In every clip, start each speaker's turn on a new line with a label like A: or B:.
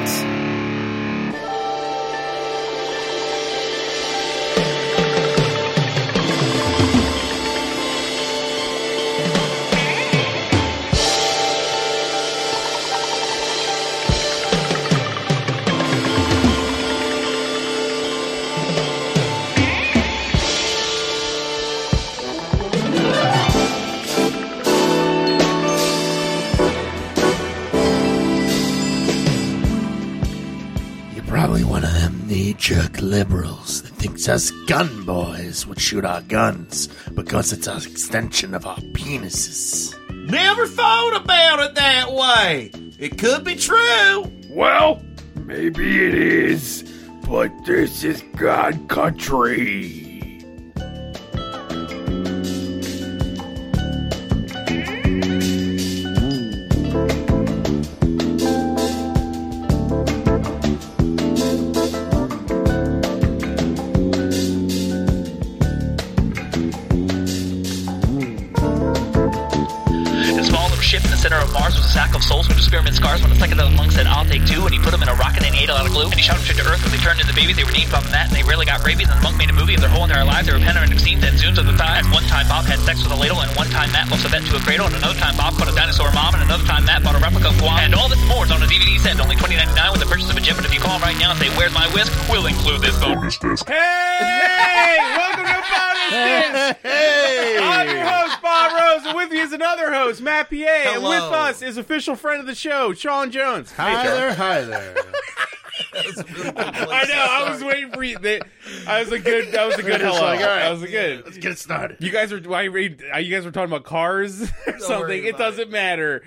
A: undergrunt.
B: You're probably one of them knee jerk liberals that thinks us gun boys would shoot our guns because it's an extension of our penises.
C: Never thought about it that way. It could be true.
D: Well, maybe it is, but this is God country.
E: The small little ship in the center of Mars was a sack of souls with experiment scars. When the psychedelic monk said, I'll take two, and he put them in a rocket and he ate a lot of glue, and he shot them straight to Earth. When they turned into babies, they were named Bob and that, and they rarely got rabies. And the monk made a movie of their whole entire lives. They were panoramic scenes and zooms of the thighs. One time Bob had sex with a ladle, and one time Matt lost a vet to a cradle, and another time Bob caught a dinosaur mom, and another time Matt bought a replica of Guam. And all this and more is on a DVD set, only twenty ninety nine with the purchase of a gym. But if you call right now and say, Where's my whisk? We'll include this bonus.
F: Hey! Welcome to Bonus Disc. I'm your host, Bob Rose, and with me is another host, Matt P.A. And
C: Hello.
F: with us is official friend of the show, Sean Jones.
B: Hi there, hi there.
F: I know. I was waiting for you. That, I was a good. That was a good hello.
B: like, all right.
F: That was a good.
B: Let's get started.
F: You guys were. Why you uh, you guys were talking about cars or something?
C: worry
F: It
C: about
F: doesn't matter.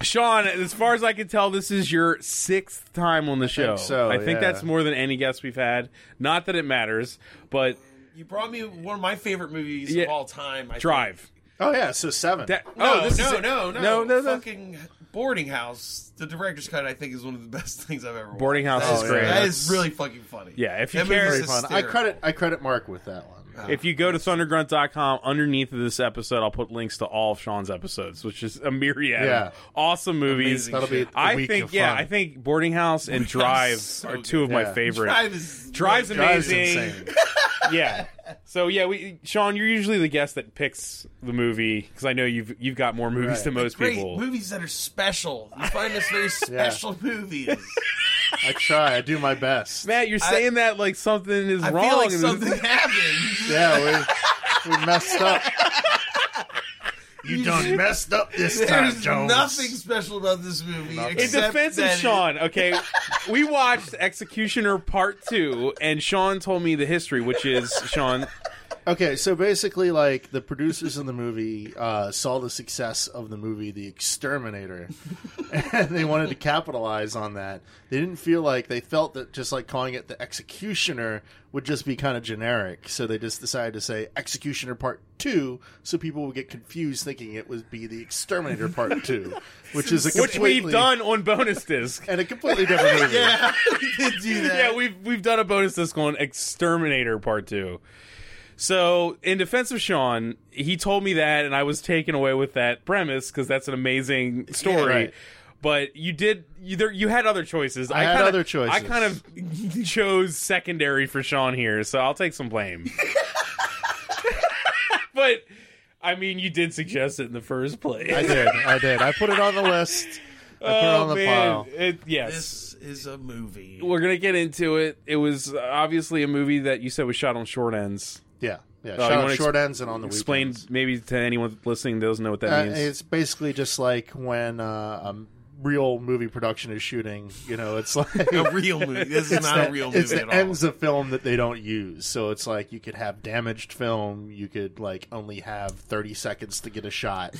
F: Sean, as far as I can tell, this is your sixth time on the show.
B: so,
F: I think
B: yeah.
F: that's more than any guest we've had. Not that it matters, but
C: You brought me one of my favorite movies
F: Yeah.
C: of all time. I
F: drive.
B: Oh, yeah, so seven.
F: That,
C: Think.
F: oh,
C: No,
F: this
C: no,
F: is it.
C: no, no,
F: no, no, no.
C: Fucking boarding house. The director's cut, I think, is one of the best things I've ever.
F: Boarding
C: watched.
F: House is
C: That is-
F: great.
C: That is really fucking funny.
F: Yeah, if you
C: That movie
F: care-
C: is
B: Very fun. I
C: hysterical.
B: credit, I credit Mark with that one.
F: If you go to thundergrunt.com underneath of this episode, I'll put links to all of Sean's episodes, which is a myriad
B: Yeah.
F: of awesome movies.
C: Amazing
B: That'll be a
F: I
B: week
F: think
B: of
F: yeah,
B: fun.
F: I think Boarding House and Drive
C: so
F: are
C: good.
F: two of my
B: Yeah.
F: favorite.
C: Drive is
F: Drive's
B: Drive's
F: amazing.
B: insane.
F: yeah. So yeah, we Sean, you're usually the guest that picks the movie because I know you've you've got more movies
B: Right.
F: than most
C: Great
F: people.
C: movies that are special. You find us very special movies.
B: I try, I do my best.
F: Matt, you're saying that like something is
C: I
F: wrong.
C: feel like
F: and-
C: something happened.
B: Yeah, we, we messed up. You done messed up this
C: There's nothing special about this movie.
F: In
C: except
F: defense of
C: that it-
F: Sean, okay, we watched Executioner Part Two, and Sean told me the history, which is Sean.
B: Okay, so basically, like the producers in the movie uh, saw the success of the movie The Exterminator, and they wanted to capitalize on that. They didn't feel like they felt that just like calling it The Executioner would just be kind of generic, so they just decided to say Executioner Part Two, so people would get confused thinking it would be The Exterminator Part Two, which is a
F: which
B: completely
F: we've done on bonus disc.
B: and a completely different movie.
C: Yeah, we did do that.
F: yeah, we've we've done a bonus disc on Exterminator Part Two. So, in defense of Sean, he told me that, and I was taken away with that premise because that's an amazing story.
B: right.
F: But you did you there you had other choices.
B: had
F: kinda,
B: other choices.
F: I kind of chose secondary for Sean here, so I'll take some blame. but I mean, you did suggest it in the first place.
B: I did, I did. I put it on the list. I put it
F: oh
B: on the
F: man,
B: file.
F: It- yes.
C: This is a movie.
F: we're gonna get into it. It was obviously a movie that you said was shot on short ends.
B: Yeah, yeah.
F: Uh, you
B: Shout out
F: wanna
B: short ends and on the
F: Explain
B: weekends.
F: maybe to anyone listening that doesn't know what that
B: Uh,
F: means.
B: it's basically just like when uh, a real movie production is shooting. You know, it's like
C: a real movie. This is
B: it's
C: not
B: the-
C: a real
B: it's
C: movie
B: the
C: at all.
B: ends of film that they don't use. So it's like you could have damaged film. You could like only have thirty seconds to get a shot.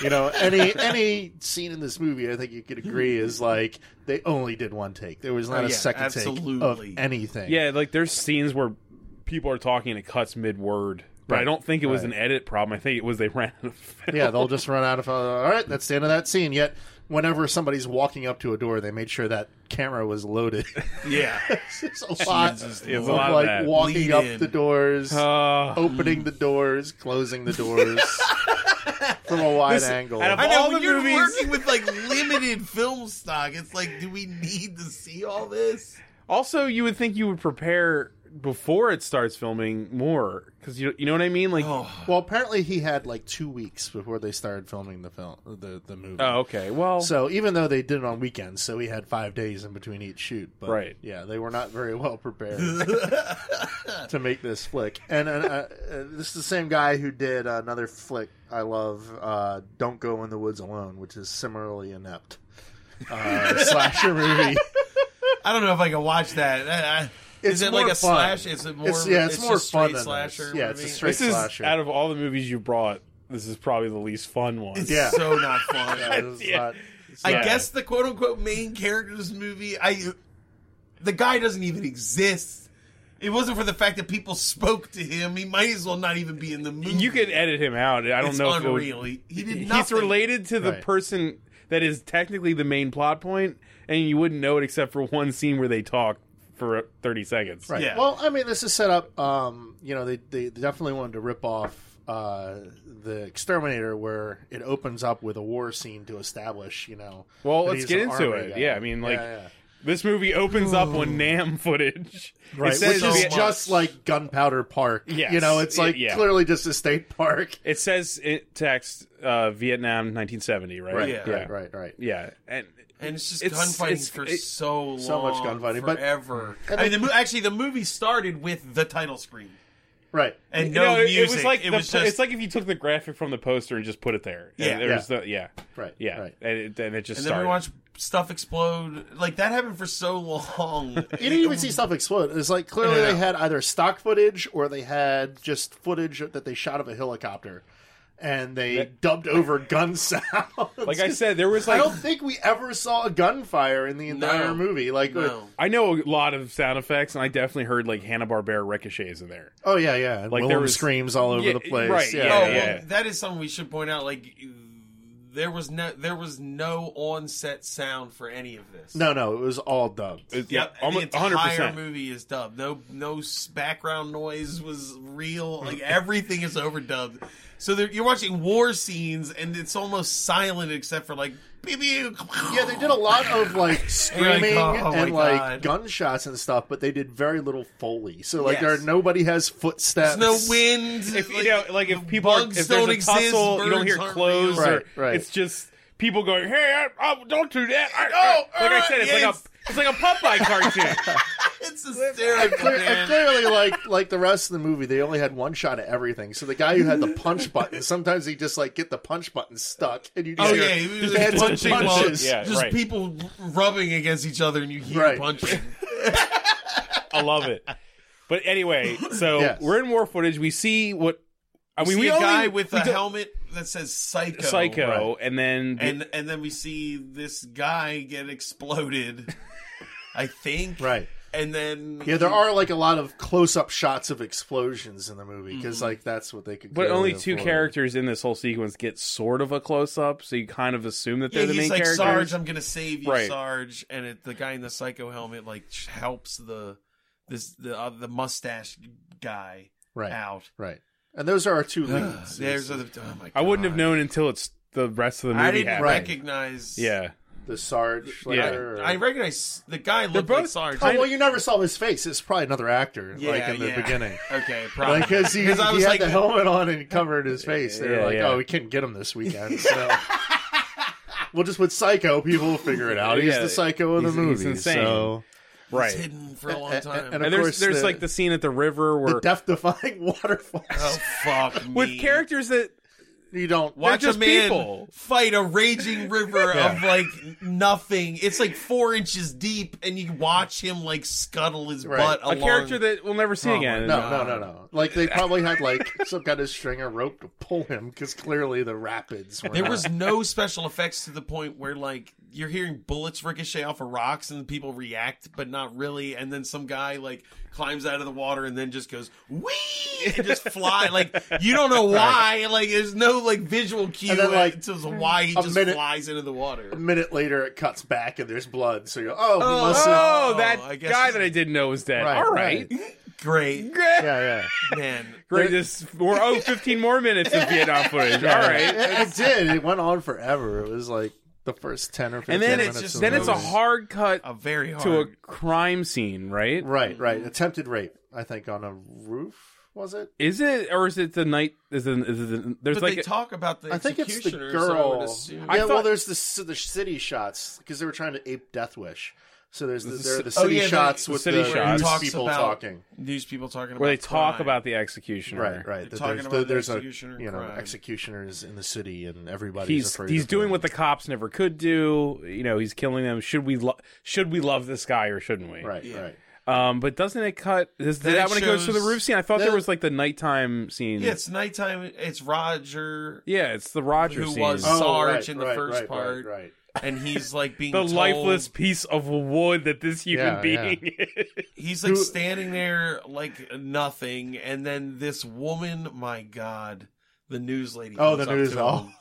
B: you know, any any scene in this movie, I think you could agree is like they only did one take. There was not
C: Oh,
B: a
C: yeah,
B: second
C: absolutely.
B: take of anything.
F: yeah, like there's scenes where people are talking and it cuts mid word. But I
B: Right,
F: don't think it was
B: right.
F: an edit problem. I think it was they ran out of film.
B: yeah, they'll just run out of. Uh, all right, that's the end of that scene. Yet whenever somebody's walking up to a door, they made sure that camera was loaded.
F: Yeah.
B: There's a lot
C: Jesus
B: of
F: Lord. It's a lot of
B: like
F: that.
B: walking
C: Lead
B: up
C: in.
B: the doors,
F: Uh,
B: opening the doors, closing the doors from a wide
F: Listen,
B: angle.
F: out of
C: I know
F: all
C: when
F: the
C: you're
F: movies-
C: working with like limited film stock, it's like, do we need to see all this?
F: also, you would think you would prepare before it starts filming more because you you know what I mean. Like, oh,
B: Well, apparently he had like two weeks before they started filming the film, the the movie.
F: oh, okay, well,
B: So even though they did it on weekends, so he had five days in between each shoot. But
F: Right.
B: Yeah, they were not very well prepared to make this flick. And uh, uh, this is the same guy who did another flick I love, uh, "Don't Go in the Woods Alone," which is similarly inept uh, slasher movie.
C: I don't know if I can watch that. I- I-
B: It's
C: is it
B: more
C: like a
B: fun.
C: slash? Is it more?
B: It's- yeah, it's
C: it's
B: more
C: a straight
B: fun than
C: slasher.
B: this. Yeah, it's a
C: movie?
B: straight-
F: this is
B: slasher.
F: out of all the movies you brought, this is probably the least fun one.
C: It's
B: Yeah.
C: so not fun.
B: Uh, this is
F: Yeah.
B: not-
C: I
F: Yeah.
C: guess the quote unquote main character of this movie, I the guy doesn't even exist. It wasn't for the fact that people spoke to him. He might as well not even be in the movie.
F: You could edit him out. I don't
C: Mm-hmm. it's
F: know. If it
C: Unreal.
F: would,
C: He- he did
F: he's
C: nothing.
F: related to the
B: Right.
F: person that is technically the main plot point, and you wouldn't know it except for one scene where they talk for thirty seconds.
B: Right.
C: Yeah.
B: Well, I mean, this is set up. Um, you know, they they definitely wanted to rip off uh, the Exterminator, where it opens up with a war scene to establish. You know,
F: Well,
B: that
F: let's
B: he's
F: get
B: an
F: into
B: army
F: it.
B: guy.
F: Yeah, I mean, like-
B: yeah,
F: This movie opens up on Nam footage. It
B: yeah. right,
F: says
B: which is
F: Viet-
B: just like Gunpowder Park.
F: Yes.
B: you know, it's like
F: Yeah.
B: clearly just a state park.
F: It says in text uh, Vietnam 1970, right?
B: Right,
F: yeah.
C: Yeah.
B: right, right, right.
F: Yeah. And
C: and it's just
F: It's-
C: gunfighting
F: it's-
C: for
F: it-
C: so long,
B: so much gunfighting, but-
C: forever.
B: And
C: I mean, the, mo- actually, the movie started with the title screen
B: Right.
C: and
F: you
C: no,
F: know, it, it
C: music.
F: was like the,
C: just
F: it's like if you took the graphic from the poster and just put it there. And
C: Yeah.
F: there's the- yeah.
B: Right,
F: Yeah.
B: right.
F: And it, and it just
C: and then
F: started.
C: we watched stuff explode. Like that happened for so long.
B: You didn't even see stuff explode. It's like clearly
C: Yeah.
B: they had either stock footage or they had just footage that they shot of a helicopter, and they dubbed over gun sounds.
F: like I said, there was
B: I
F: like
B: don't think we ever saw a gunfire in the entire
C: No.
B: movie. Like,
C: No.
F: I know a lot of sound effects, and I definitely heard like Hanna Barbera ricochets in there.
B: oh yeah, yeah. And
F: Like,
B: Willem
F: there was-
B: screams all over
F: Yeah,
B: the place.
F: right,
B: Yeah,
F: yeah,
C: oh,
B: yeah,
F: yeah.
C: well, that is something we should point out. Like, there was no there was no on-set sound for any of this.
B: No, no, it was all dubbed.
F: It-
C: Yep,
F: almost
C: the
F: 100.
C: entire
F: percent
C: movie is dubbed. No, no s- background noise was real. Like everything is overdubbed. So there, you're watching war scenes, and it's almost silent except for like pew, pew.
B: yeah, they did a lot of like screaming
C: oh my
B: and like
C: God.
B: gunshots and stuff, but they did very little foley. So like,
C: Yes.
B: there nobody has footsteps.
C: There's no wind.
F: If you know, like if people are,
C: bugs
F: if there's
C: don't
F: a
C: exist,
F: tussle, you don't
C: birds
F: hear
C: aren't
F: clothes.
C: real.
F: Or,
B: Right, right.
F: It's just people going, "Hey, I, I, don't do that." I,
C: Oh,
F: I- like I
C: uh,
F: said, it's
C: yeah,
F: like a it's like a Popeye cartoon.
C: It's
B: And,
C: hysterical.
B: clear, and
C: man.
B: clearly, like like the rest of the movie, they only had one shot at everything. So the guy who had the punch button, sometimes he just like get the punch button stuck, and you just
C: Oh
B: hear
C: yeah, he was
B: just
C: just
B: heads and
C: punching
F: while-
B: punches.
F: Yeah,
C: just
F: right.
C: people rubbing against each other, and you hear
B: Right.
C: punching.
F: I love it. But anyway, so
B: Yes.
F: we're in war footage. We see what I mean.
C: We see
F: we
C: a
F: only,
C: guy with
F: we
C: a
F: don't-
C: helmet that says "psycho."
F: psycho, and then the-
C: and and then we see this guy get exploded. I think
B: Right.
C: and then
B: Yeah, there are like a lot of close-up shots of explosions in the movie because
C: Mm-hmm.
B: like that's what they could.
F: But
B: clearly
F: only two
B: afford.
F: characters in this whole sequence get sort of a close up, so you kind of assume that
C: Yeah,
F: they're the
C: he's
F: main
C: like
F: characters.
C: Sarge, I'm gonna save you,
F: Right.
C: Sarge, and it, the guy in the psycho helmet like sh- helps the this the uh, the mustache guy
B: Right.
C: out.
B: Right, and those are our two leads.
C: There's a, oh my God.
F: I wouldn't have known until it's the rest of the movie.
C: I didn't
F: happened.
B: Right.
C: recognize.
F: Yeah,
B: the Sarge. Like,
F: Yeah.
B: or-
C: I recognize the guy looked
F: both
C: like Sarge.
B: oh well, you never saw his face. It's probably another actor. like in the
C: yeah.
B: beginning.
C: Okay, probably.
B: Like, because he, he
C: I
B: had
C: was like,
B: the helmet on and covered his face. They're
F: Yeah,
B: like,
F: yeah.
B: oh, we couldn't get him this weekend, so we'll just put Psycho. People will figure it out. He's
F: Yeah,
B: the Psycho of the
F: he's- he's
B: movie.
F: insane.
B: So
F: right.
C: it's hidden for a long
B: And-
C: time.
B: and-
F: And
B: Of
F: there's
B: course,
F: there's
B: the-
F: like the scene at the river
B: the
F: where
B: death-defying waterfalls.
C: oh fuck me.
F: with characters that
B: You don't
C: Watch
F: They're just
C: a man
F: people.
C: fight a raging river of like nothing. It's like four inches deep, and you watch him like scuttle his
B: Right.
C: butt.
F: a
C: along.
F: character that we'll never see
C: Oh my
F: again.
B: No, no, no, no. Like they probably had like some kind of string or rope to pull him because clearly the rapids. Were
C: there
B: not-
C: was no special effects to the point where like you're hearing bullets ricochet off of rocks and people react, but not really. And then some guy like climbs out of the water and then just goes wee and just fly. like you don't know why. Like there's no like visual cue
B: then, like,
C: to why he
B: a
C: just
B: minute-
C: flies into the water.
B: A minute later, it cuts back and there's blood. So you're, oh, we must have.
F: Oh,
C: Oh,
F: that
C: I guess-
F: guy that I didn't know was dead.
B: Right,
F: All right. Great.
C: Great
B: Yeah, yeah.
C: man.
F: Great. This, we're, oh, 15 more minutes of Vietnam footage. All right.
B: It, it did. It went on forever. It was like the first 10 or 15
F: And then
B: minutes.
F: it's
B: of
F: just,
B: the
F: then it's a
B: movie.
F: hard cut
C: A very hard.
F: to a crime scene, right?
B: Right, right. Attempted rape, I think, on a roof, was it?
F: Is it or is it the night? Is it, is it the, there's
C: but
F: like
C: they
F: a-
C: talk about the
B: I think it's the
C: executioner, so I would
B: girl.
C: assume-
B: yeah,
F: I
B: well,
F: thought-
B: there's the c- the city shots because they were trying to ape Death Wish. So there's the, there are the
F: Oh,
B: city
C: yeah, the-
B: shots
C: the
B: with
F: city
B: the
F: shots.
B: news
C: Talks
B: people
C: about-
B: talking.
C: News people talking about
F: where they talk
C: crime.
F: about the executioner.
B: Right, right.
C: They're
B: That
C: talking
B: there's
C: about the
B: there's a
C: executioner
B: you know
C: crime.
B: executioners in the city and everybody's
F: He's
B: afraid.
F: he's
B: of
F: doing
B: him.
F: what the cops never could do. You know, he's killing them. Should we lo- should we love this guy or shouldn't we?
B: right,
C: Yeah.
B: right.
F: Um, but doesn't it cut? Is
C: Then
F: that
C: it
F: when it goes to the
C: shows-
F: roof scene? I thought
B: then-
F: there was like the nighttime scene.
C: Yeah, it's nighttime. It's Roger,
F: Yeah, it's the Roger
C: Who
F: scene.
C: was-
F: Oh,
C: Sarge
B: right,
C: in the
B: right,
C: first
B: right, right,
C: part.
B: Right,
C: and he's like being
F: the
C: told-
F: lifeless piece of wood that this human
B: Yeah,
F: being is.
C: He's like
B: Who-
C: standing there like nothing, and then this woman. My God, the news lady.
B: Oh,
C: comes
B: the
C: up
B: news-
C: to
B: oh.
C: him.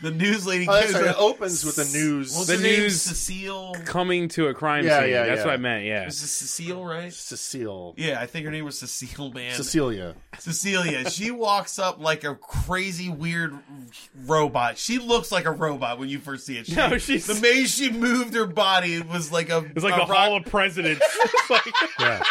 C: The news lady.
B: Oh, that's
C: goes
B: right. It
C: up-
B: opens with the news.
C: What's
F: The
C: her name?
F: news-
C: Cecile.
F: coming to a crime
B: Yeah,
F: scene.
B: yeah,
F: That's
B: yeah.
F: what I meant. Yeah.
C: Is it Cecile, right?
B: Cecile,
C: Yeah, I think her name was Cecile. Man,
B: Cecilia.
C: Cecilia, she walks up like a crazy weird robot. She looks like a robot when you first see it. She,
F: No, she's-
C: the way she moved her body was like a
F: It's like the
C: a rock-
F: Hall of Presidents. It's like-
B: Yeah,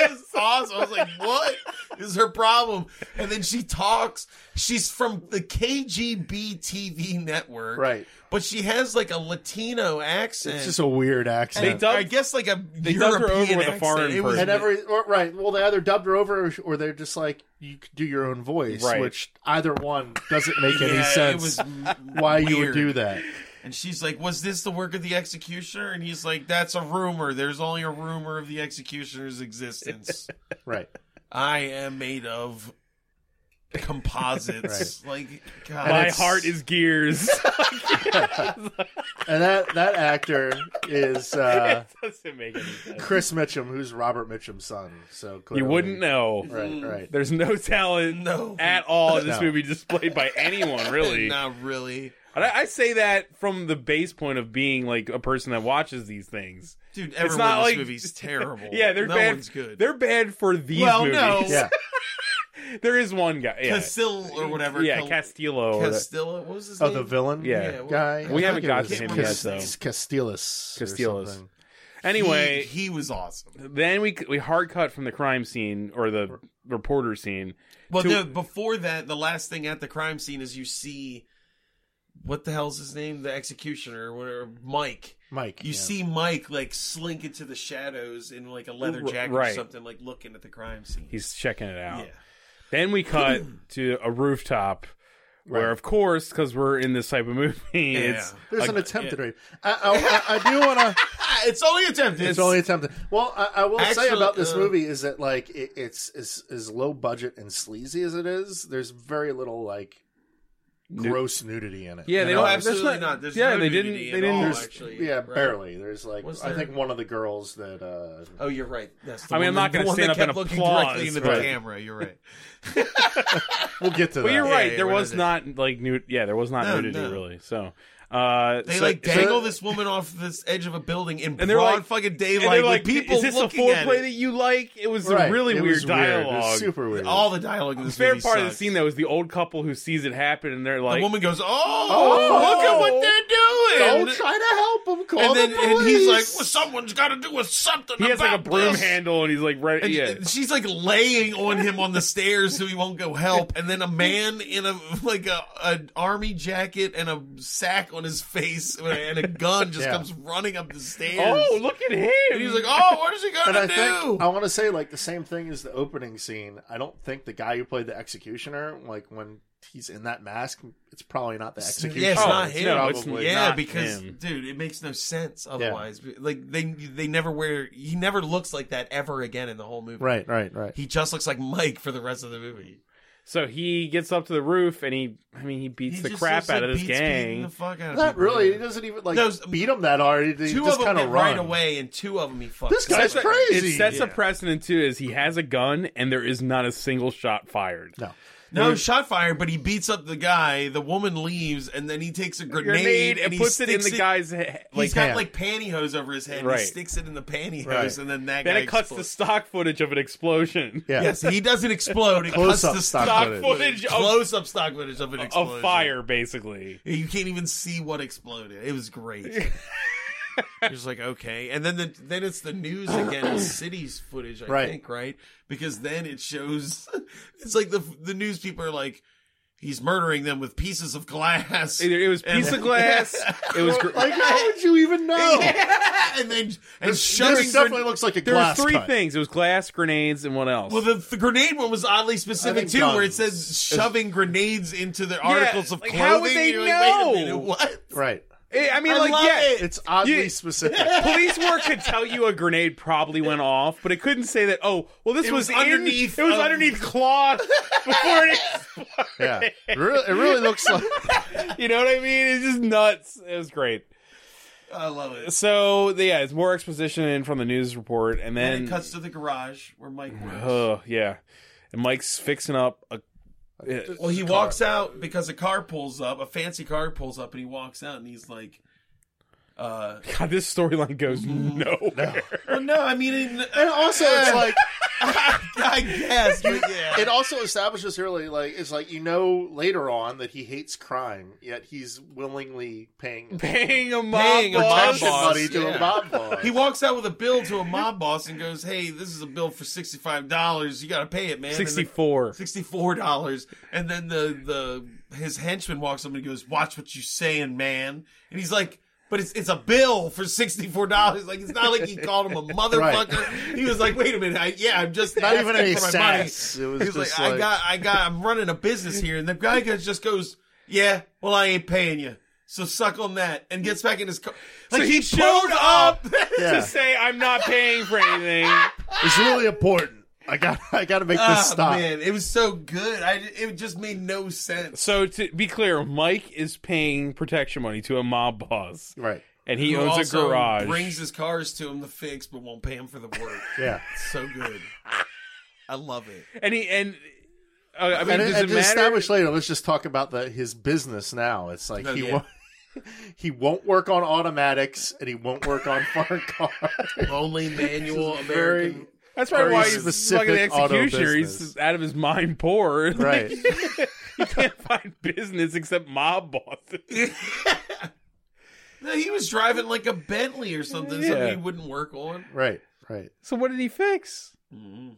C: It was awesome. I was like, what is her problem? And then she talks. She's from the KGB TV network,
B: Right.
C: But she has like a Latino accent.
B: it's just a weird accent.
F: They dubbed-
C: I guess like a
F: They dubbed her
C: European
F: over with a
C: accent.
F: foreign
C: It was
F: person.
B: and every or, right, well, they either dubbed her over, or they're just like you could do your own voice,
F: Right.
B: which either one doesn't make
C: yeah,
B: any sense.
C: It was m-
B: why you would
C: weird.
B: do that?
C: And she's like, "Was this the work of the executioner?" And he's like, "That's a rumor. There's only a rumor of the executioner's existence.
B: Right.
C: I am made of composites. Like, God,
F: My
B: it's-
F: heart is gears.
B: And that that actor is uh,
F: doesn't make any sense.
B: Chris Mitchum, who's Robert Mitchum's son. So clearly,
F: You wouldn't know.
B: Right, right.
F: There's no talent
C: No.
F: at all in this
B: No.
F: movie displayed by anyone, really.
C: not really,
F: And I, I say that from the base point of being like a person that watches these things.
C: dude. Everyone
F: not
C: in this
F: like-
C: movie's terrible.
F: Yeah, they're
C: no
F: bad.
C: one's good.
F: They're bad for these
C: well,
F: movies.
C: no,
B: Yeah,
F: There is one guy. Yeah,
C: Castillo or whatever.
F: yeah,
C: Cal-
F: Castillo. or that-
C: Castillo. What was his
B: oh,
C: name?
B: the villain.
F: Yeah.
C: Yeah, well,
B: guy.
C: We
F: haven't got to
B: got
C: him yet,
F: though.
B: Castilis. or
F: Castilis.
B: something.
F: Anyway,
C: he, he was awesome.
F: then we we hard cut from the crime scene or the reporter scene.
C: Well,
F: to-
C: no, before that, the last thing at the crime scene is you see what the hell's his name, the executioner, whatever, Mike.
B: Mike.
C: You
B: yeah.
C: see Mike like slink into the shadows in like a leather
F: R-
C: jacket or
F: right.
C: something, like looking at the crime scene.
F: He's checking it out.
C: yeah,
F: Then we cut to a rooftop where,
B: Right.
F: of course, because we're in this type of movie, it's
B: There's
F: like-
B: an attempted rape. I, I, I, I do want to.
C: Ah, it's only attempted.
B: It's, only attempted. Well, I, I will say
C: Actually,
B: about this
C: uh,
B: movie is that like it, it's as as low budget and sleazy as it is. There's very little like gross nudity in it.
F: yeah, they
C: no,
F: don't
C: absolutely
F: there's
C: not. There's
F: yeah,
C: no
F: they didn't.
C: nudity
F: They
C: at
F: didn't.
C: all,
F: there's-
C: actually.
B: yeah,
C: Right.
B: barely. There's like
C: Was
B: I
C: there-
B: think one of the girls that uh
C: Oh, you're right. That's the
F: I mean, I'm
C: one-
F: not
C: the
F: gonna
C: one
F: stand
C: that
F: up
C: kept
F: and
C: looking
F: applaud,
C: directly into
F: but-
C: the camera. You're right.
B: we'll get to.
F: Well,
B: that.
F: you're
C: Yeah,
F: right.
C: yeah,
F: there
C: we're
F: was
C: not
F: not like nude. Yeah, there was not
C: No,
F: nudity
C: no.
F: really. So uh,
C: They
F: so-
C: like
F: so-
C: dangle this woman off this edge of a building in
F: And they're
C: broad
F: like-
C: fucking
F: and
C: daylight.
F: they're
C: with
F: like,
C: people
F: "Is this the
C: looking at
F: foreplay
C: it.
F: that you like?" It was
B: Right.
F: a really
B: It
F: weird
B: was It was
F: dialogue.
B: super weird.
C: All the dialogue in this
F: fair
C: movie
F: part of the
C: sucks.
F: scene though is the old couple who sees it happen and they're
C: The
F: like, oh,
C: woman goes, "Oh,
B: Oh!
C: look at what they're doing!"
B: don't try to help him. Call
C: and then
B: the
C: and he's like,
B: police.
C: "Well, someone's got to do with something."
F: he has like a
C: about
F: broom
C: this."
F: handle and he's like, right,
C: And
F: yeah.
C: and she's like laying on him on the stairs so he won't go help. And then a man in a like a an army jacket and a sack on his face and a gun just
B: Yeah.
C: comes running up the stairs.
F: Oh, look at him!
C: and he's like, "Oh, what is he
B: And
C: gonna
B: I think I
C: do?"
B: want to say like the same thing as the opening scene. I don't think the guy who played the executioner, like when he's in that mask, it's probably not the executioner.
C: Yeah, it's
F: Oh,
C: not him.
F: no, it's
B: Probably.
C: yeah,
F: not
C: because
F: him.
C: dude, it makes no sense otherwise. Like they they never wear. He never looks like that ever again in the whole movie.
B: Right, right, right.
C: He just looks like Mike for the rest of the movie.
F: So he gets up to the roof and he, I mean, he beats
C: He
F: the
C: just
F: crap
C: looks
F: out
C: like
F: of this
C: beats beating
F: gang.
C: The fuck out of
B: Not
C: people.
B: really. He doesn't even like
C: Those-
B: beat him that hard. He
C: Two
B: just
C: of them
B: kind
C: get
B: of
C: right
B: run
C: away, and two of them he fucks.
B: This guy's
F: That's-
B: crazy.
F: It sets a
C: Yeah.
F: precedent too, is he has a gun and there is not a single shot fired.
B: No.
C: No shot fired, but he beats up the guy. The woman leaves, and then he takes a grenade,
F: Grenade
C: and,
F: and
C: he
F: puts it in the
C: sticks
F: guy's head.
C: He's
F: Like,
C: got
B: hand.
C: like pantyhose over his head. and
F: Right.
C: He sticks it in the pantyhose,
B: Right.
C: and then that
F: then
C: guy
F: it cuts the
C: explodes.
F: stock footage of an explosion.
B: Yeah.
C: Yes, he doesn't explode. It
B: Close
C: cuts
B: up
C: the
B: stock
F: Stock
B: footage.
F: footage of,
C: close up stock footage of an explosion
F: of fire, basically.
C: You can't even see what exploded. It was great. You're just like okay, and then the then it's the news again, the city's footage, I
B: Right.
C: think, right? Because then it shows. It's like the the news people are like, he's murdering them with pieces of glass.
F: Either it was
C: And
F: piece
C: then-
F: of glass. It was gr-
B: Like, how would you even know?
C: and then and
B: This,
C: shoving
B: this definitely
C: gren-
B: looks like a
F: there were
B: glass
F: three
B: cut.
F: things. It was glass, grenades, and what else?
C: Well, the, the grenade one was oddly
B: I
C: specific
B: think
C: too, where it
B: guns
C: says shoving grenades into the articles of
F: like,
C: clothing.
F: how would they
C: You're like, wait a
F: know?
C: minute, what?
B: Right.
F: Eh, I mean,
C: I
F: like,
C: love
F: yeah,
C: it.
B: It's oddly
F: You-
B: specific.
F: police work could tell you a grenade probably went off, but it couldn't say that. Oh, well, this
C: It
F: was,
C: was
F: in-
C: underneath
F: It was
C: of-
F: underneath cloth before it.
B: yeah. It really, it really looks like.
F: You know what I mean? It's just nuts. It was great.
C: I love it.
F: So yeah, it's more exposition from the news report, and
C: And
F: then
C: it cuts to the garage where Mike works.
F: Oh yeah, and Mike's fixing up a. eh,
C: Well, he walks out because a car pulls up, a fancy car pulls up, and he walks out, and he's like, uh,
F: Oh, God, this storyline goes nowhere.
C: well, no, I mean, it,
B: And also, it's like
C: I guess, but yeah.
B: it also establishes early, like it's like you know later on that he hates crime, yet he's willingly paying
F: Paying a mob
C: Paying a mob
F: boss.
B: protection
C: boss,
B: money to
C: yeah.
B: a mob boss.
C: He walks out with a bill to a mob boss and goes, "Hey, this is a bill for sixty-five dollars. You got to pay it, man." And the-
F: Sixty-four.
C: Sixty-four dollars, and then the the his henchman walks up and goes, "Watch what you saying, man." And he's like, "But it's it's a bill for sixty-four dollars. Like it's not like he called him a motherfucker. He was like, wait a minute, I, yeah, I'm just
B: Not even
C: asking
B: any
C: for my money."
B: sass. It was
C: He was like,
B: just
C: "I
B: like-
C: got, I got, I'm running a business here," and the guy goes- just goes, "Yeah, well, I ain't paying you." So suck on that and gets back in his car. Like
F: he
C: he,
F: showed
C: pulled up.
B: yeah.
F: To say I'm not paying for anything.
B: It's really important. I got I got to make
C: Ah,
B: this stop.
C: man, it was so good. I it just made no sense.
F: so to be clear, Mike is paying protection money to a mob boss,
B: Right.
F: and he
C: who
F: owns a
C: also
F: garage.
C: Brings his cars to him to fix, but won't pay him for the work.
B: Yeah.
C: so good. I love it.
F: and he and uh, I mean,
B: and it,
F: does
B: and
F: it
B: to
F: matter?
B: establish later. Let's just talk about the his business now. It's like
C: No,
B: he
C: yeah.
B: won't he won't work on automatics and he won't work on foreign cars.
C: Only manual
B: very-
C: American.
F: That's probably
B: very
F: why he's
B: specific
F: fucking the
B: auto
F: executioner.
B: business.
F: He's out of his mind poor.
B: right.
F: he can't find business except mob bosses.
C: No, he was driving like a Bentley or something.
F: Yeah.
C: Something he wouldn't work on.
B: Right. Right.
F: So what did he fix
C: Mm-hmm.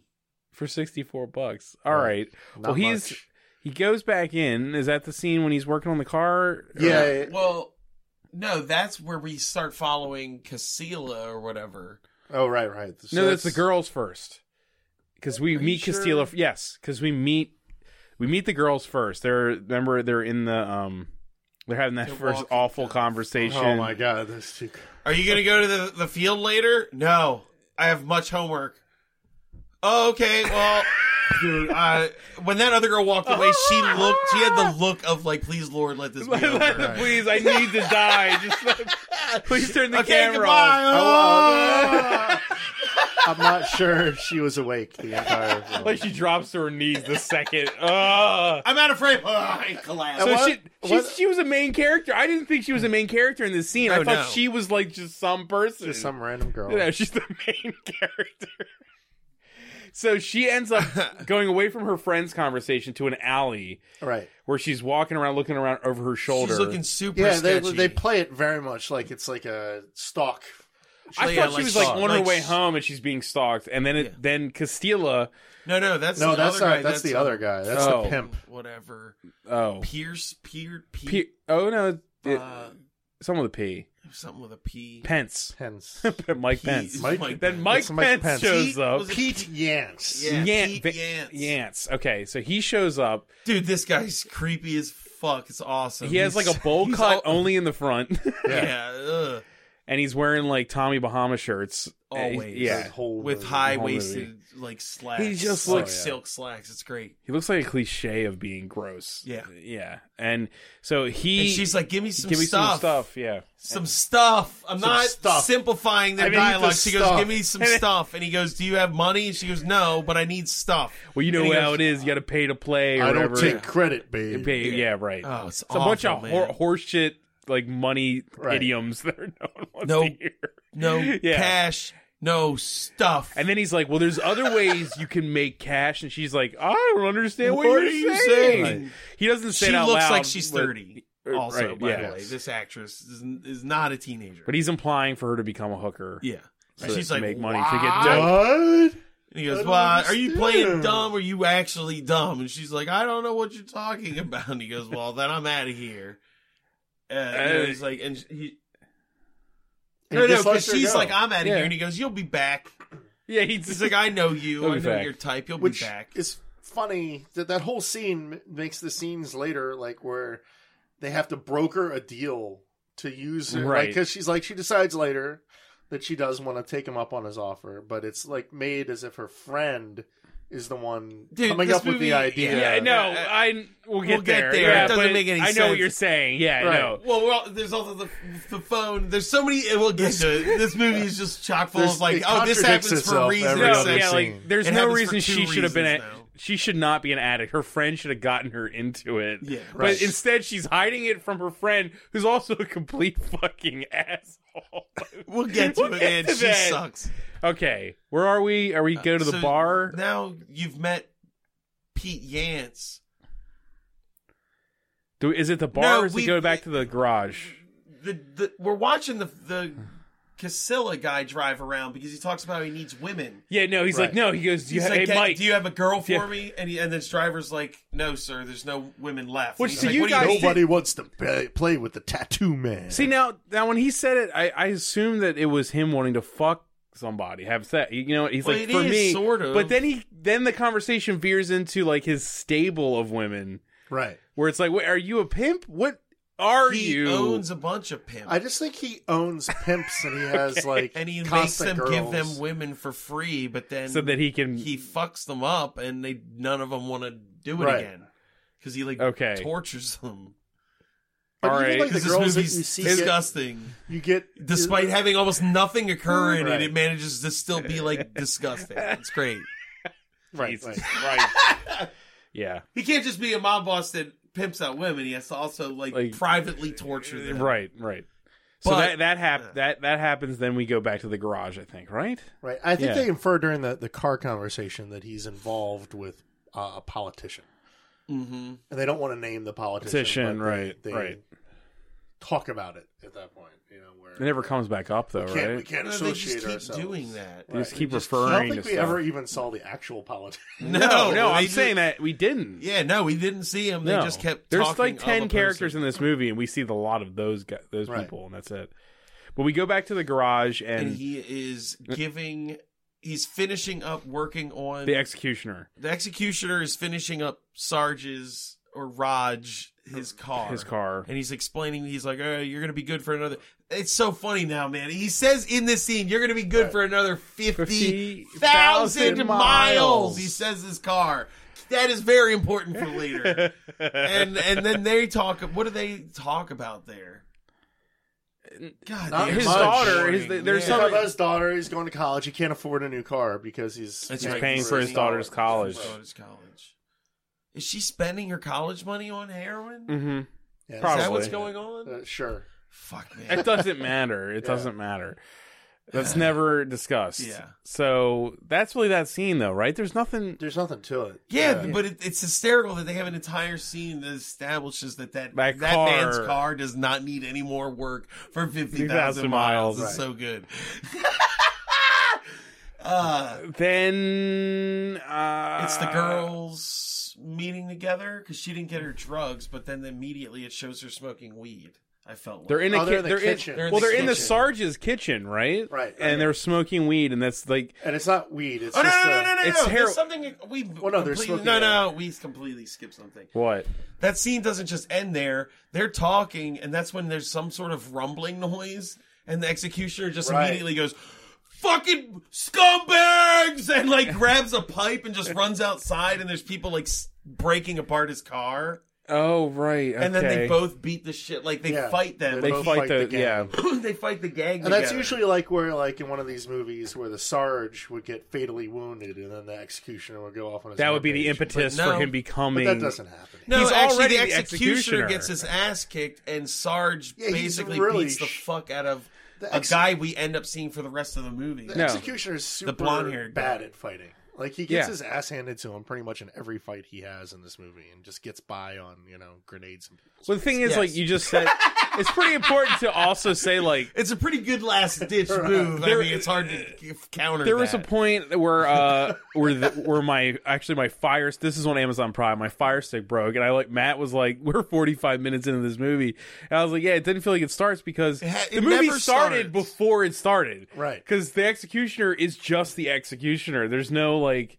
F: for sixty four bucks? All right. Well,
B: Not
F: he's
B: much.
F: he goes back in. Is that the scene when he's working on the car?
B: Yeah.
F: Or-
C: Well, no, that's where we start following Casila or whatever.
B: oh, right. Right. So
F: no, that's the girls first. Because we
C: Are you
F: meet
C: sure?
F: Castillo. Yes, because we meet we meet the girls first. They're remember they're in the um they're having that
C: They're
F: first
C: walking
F: awful
C: down.
F: conversation.
B: Oh my god, that's too.
C: Are you gonna go to the, the field later? No, I have much homework. Oh, okay, well, dude, uh, when that other girl walked away, she looked. She had the look of like, please, Lord, let this be over.
F: Please, I need to die. Just please turn the
C: Okay,
F: camera
C: goodbye.
F: off.
B: Oh, I'm not sure she was awake the entire. Film.
F: Like she drops to her knees the second. Ugh.
C: I'm out of frame. Oh, I collapsed.
F: So
B: What-
F: she, she,
B: what-
F: she was a main character. I didn't think she was a main character in this scene. I
C: No,
F: thought
C: no.
F: she was like just some person.
B: Just some random girl.
F: You know, she's the main character. So she ends up going away from her friend's conversation to an alley
B: Right.
F: where she's walking around, looking around over her shoulder.
C: She's looking super
B: Yeah, they,
C: sketchy.
B: they play it very much like it's like a stalk.
F: I
C: Yeah,
F: thought she was like on her
C: like
F: way
C: sh-
F: home and she's being stalked, and then it,
C: Yeah.
F: then Castilla.
C: No, no, that's
B: No,
C: the
B: that's
C: other
B: not,
C: guy.
B: that's, the other guy. That's
F: Oh.
B: the pimp.
C: Whatever.
F: Oh,
C: Pierce, Pier, Pier,
F: P- oh no, it,
C: uh,
F: someone with a P.
C: something with a P.
F: Pence.
B: Pence.
F: Mike
C: P-
F: Pence.
B: Mike-
F: Then Mike,
B: It's Mike
F: Pence,
B: Pence.
F: shows
C: He
F: up.
C: was a-
B: Pete Yance.
C: Yeah. Pete
F: Va-
C: Yance.
F: Yance. Okay, so he shows up.
C: Dude, this guy's creepy as fuck. It's awesome.
F: He has
C: He's-
F: like a bowl
C: he's
F: cut
C: all-
F: only in the front,
C: Yeah. ugh.
F: and he's wearing like Tommy Bahama shirts. And he-
C: Always.
B: That
F: yeah,
B: whole
C: with
B: movie.
C: high
F: The whole
C: waisted like slacks.
F: He just
C: like
F: looks-
C: silk slacks. It's great.
F: he looks like a cliche of being gross.
C: Yeah.
F: yeah, and so he
C: And she's like, "Give me some
F: give me
C: stuff,
F: some stuff. Yeah,
C: some stuff." I'm not
B: stuff.
C: simplifying their
B: I need
C: dialogue.
B: the
C: She goes,
B: stuff.
C: "Give me some stuff," and he goes, "Do you have money?" And she goes, "No, but I need stuff."
F: well, you
C: And
F: know
C: he
F: how
C: goes,
F: it is. You got to pay to play. Or
B: I don't
F: whatever.
B: take credit, babe.
F: Pay- yeah. right.
C: Oh, it's,
F: it's a bunch of
C: man.
F: hor- horseshit like money
B: Right.
F: idioms that no one wants
C: No.
F: to hear.
C: no
F: Yeah.
C: cash, no stuff.
F: And then he's like, "Well, there's other ways you can make cash," and she's like, "I don't understand what,
C: What
F: you're
C: are you
F: saying.
C: saying?
F: Like, he doesn't say
C: she
F: it out
C: looks
F: loud,
C: like she's
F: but-
C: thirty.
F: uh,
C: Also,
F: right,
C: by
F: yeah.
C: the way, this actress is, is not a teenager.
F: But he's implying for her to become a hooker.
C: yeah,
F: so
C: And
F: that
C: she's
F: to
C: like,
F: make money to
C: "What?"
F: get dope.
B: What?
C: And he goes,
B: don't
C: "Well, are you playing
B: understand."
C: dumb? Or are you actually dumb?" And she's like, "I don't know what you're talking about." And he goes, "Well, then I'm out of here." Uh, you know,
F: Uh,
C: he's like, and he.
B: He
C: No, no,
B: just
C: because
B: lets her
C: she's
B: go.
C: like, I'm out of
F: Yeah.
C: here, and he goes, "You'll be back."
F: Yeah, he's
C: He's like, "I know you.
F: He'll
C: I
F: be
C: know
F: back.
C: your type. You'll
B: Which
C: be back."
B: is funny that that whole scene m- makes the scenes later like where they have to broker a deal to use her,
F: Right.
B: Because she's like she decides later that she does want to take him up on his offer, but it's like made as if her friend is the one
C: Dude,
B: coming
C: this
B: up with the
C: movie-
B: idea.
F: yeah, no,
C: Yeah, I-
F: I we'll get
C: uh, We'll get
F: there.
C: there.
F: Yeah,
C: It doesn't
F: but
C: make any
F: I know what
C: sense.
F: you're saying. Yeah,
B: Right.
F: I know.
C: Well, well, there's also the the phone. There's so many. We'll get to it. This movie is just chock full
B: There's-
C: of like,
B: it
C: oh, this
B: contradicts
C: happens for a
B: itself
C: reason.
B: every
F: No,
B: other
F: yeah,
B: scene.
F: like there's
C: It
F: no
C: happens for
F: reason
C: two
F: she should have been. A,
C: reasons now.
F: she should not be an addict. Her friend should have gotten her into it.
C: Yeah,
F: but
B: right.
F: instead she's hiding it from her friend, who's also a complete fucking asshole.
C: We'll get to
F: We'll get
C: it, man.
F: to
C: She
F: that.
C: sucks.
F: okay, where are we? Are we go to the
C: Uh, So
F: bar?
C: Now you've met Pete Yance.
F: Do is it the bar?
C: No,
F: or is
C: we-
F: it go back to the garage?
C: The, the we're watching the the Casilla guy drive around because he talks about how he needs women.
F: Yeah, no, he's like,
B: Right.
F: no, he goes, do you
C: He's
F: ha-
C: like,
F: hey,
C: "Hey,
F: Mike,
C: do you have a girl for
F: Yeah.
C: me? And he, and this driver's like, no, sir, there's no women left.
F: Which
C: And he's
F: to
C: like,
F: you
C: "What do
F: guys
C: think?"
B: Nobody wants to play, play with the tattoo man.
F: See now, now when he said it, I, I assumed that it was him wanting to fuck somebody, have sex. You know, he's
C: Well,
F: like
C: it
F: for
C: is,
F: me,
C: sort of.
F: But then he, then the conversation veers into like his stable of women,
B: right?
F: where it's like, wait, are you a pimp? What are
C: he
F: you?
C: owns a bunch of pimps.
B: I just think he owns pimps and he has like
C: and he makes
B: constant
C: them give
B: girls.
C: them women for free, but then
F: so that he can.
C: he fucks them up, and they none of them want to do it
B: Right.
C: again because he like
F: Okay.
C: tortures them.
B: But
F: All
B: even,
F: right.
B: like the
C: Because this
B: girls that you
C: movie's
B: see, get,
C: disgusting.
B: you get
C: Despite having almost nothing occur in
B: Right.
C: it, it manages to still be like disgusting. It's great.
B: right,
F: Jesus
B: right.
F: Christ. yeah,
C: He can't just be a mob boss that pimps out women. He has to also like,
F: Like-
C: privately torture them.
F: right, right. So
C: But-
F: that that hap- that that happens. Then we go back to the garage, I think, right?
B: Right. I think
F: Yeah.
B: they infer during the, the car conversation that he's involved with uh, a politician.
C: hmm
B: And they don't want to name the politician.
F: Politician,
B: but they-
F: right,
B: they
F: right.
B: Talk about it at that point, you know, where
F: It never comes back up though,
B: we can't, we
F: right?
B: can't
C: No, they
B: associate
C: just keep
B: ourselves.
C: doing that.
F: They just
B: Right.
F: keep
B: I don't
F: referring
B: think
F: to
B: we
F: stuff.
B: ever even saw the actual politician.
F: no, no,
C: they
F: I'm
C: just-
F: saying that we didn't.
C: Yeah, no, we didn't see him. They just kept.
F: There's
C: talking
F: like
C: of
F: ten
C: a
F: characters
C: person.
F: in this movie, and we see the lot of those guys, those
B: Right.
F: people, and that's it. But we go back to the garage and,
C: and he is giving he's finishing up working on
F: the executioner,
C: the executioner is finishing up sarge's or raj his car
F: his car.
C: and he's explaining he's like oh you're gonna be good for another it's so funny now man he says in this scene you're gonna be good for another 50,000
F: 50,000 miles.
C: miles he says his car that is very important for later and and then they talk what do they talk about there God,
B: Not
C: they're
F: Uh, His
C: so
F: daughter, his,
C: boring.
F: there's
C: Yeah.
B: Talk
F: some
B: about his daughter. He's going to college. He can't afford a new car because he's,
C: That's
F: He's
C: right.
F: paying for his daughter's college.
C: daughter's college. Is she spending her college money on heroin?
F: hmm
B: Yeah,
C: Is
F: Probably.
C: that what's going on?
B: Uh, sure.
C: Fuck
F: It
C: man.
F: doesn't matter. It
B: Yeah.
F: doesn't matter. That's never discussed.
C: Yeah.
F: So that's really that scene, though, right? There's nothing.
B: There's nothing to it.
C: Yeah, but it, it's hysterical that they have an entire scene that establishes that that,
F: That
C: that,
F: car-
C: man's car does not need any more work for 50,000
F: miles.
C: miles. It's
B: Right.
C: so good. uh,
F: Then uh,
C: it's the girls meeting together because she didn't get her drugs, but then immediately it shows her smoking weed. I felt like.
F: They're in a
B: Oh, they're
F: ki-
B: in the kitchen.
C: They're in
F: well,
C: the
F: they're in the
C: kitchen.
F: Sarge's kitchen, right?
B: Right, right,
F: And they're smoking weed, and that's like
B: And it's not weed. It's
C: Oh no
B: just
C: no no
B: uh,
C: no no!
F: it's
C: no.
F: hero-
C: There's something we
B: Well, no, they're
C: completely-
B: smoking
C: no
B: it.
C: no we completely skipped something.
F: what?
C: That scene doesn't just end there. They're talking, and that's when there's some sort of rumbling noise, and the executioner just
B: Right.
C: immediately goes, "Fucking scumbags!" and like grabs a pipe and just runs outside, and there's people like s- breaking apart his car,
F: Oh right.
C: and then
F: okay.
C: they both beat the shit. Like they
B: Yeah.
C: fight them.
F: they
B: both
F: fight,
B: fight
F: the,
B: the gang.
F: yeah.
C: they fight the gang.
B: And that's
C: together.
B: usually like where, like in one of these movies, where the Sarge would get fatally wounded, and then the executioner would go off on his.
F: That would be the
B: rampage.
F: impetus
C: But no.
F: for him becoming.
B: But that doesn't happen.
C: No,
F: He's
C: actually,
F: already
C: the
F: the
C: executioner,
F: executioner.
C: gets his ass kicked, and Sarge
B: Yeah, he's
C: basically
B: really
C: beats the
B: sh-
C: fuck out of
B: The ex-
C: a guy we end up seeing for the rest of the movie.
B: The
F: No.
B: executioner is super
C: blonde-haired guy.
B: bad at fighting. Like he gets
F: Yeah.
B: his ass handed to him pretty much in every fight he has in this movie, and just gets by on you know grenades and.
F: Well, the thing is,
C: Yes.
F: like you just said, it's pretty important to also say like
C: It's a pretty good last ditch move.
F: There- uh,
C: I mean, it's hard to c- counter.
F: there was a
C: that.
F: point where uh where the, where my actually my fire this is on Amazon Prime my fire stick broke and I like Matt was like we're 45 minutes into this movie and I was like yeah it didn't feel like it starts because
C: ha- it
F: the movie
C: never
F: started
C: starts.
F: before it started
B: Right.
F: because the executioner is just the executioner there's no like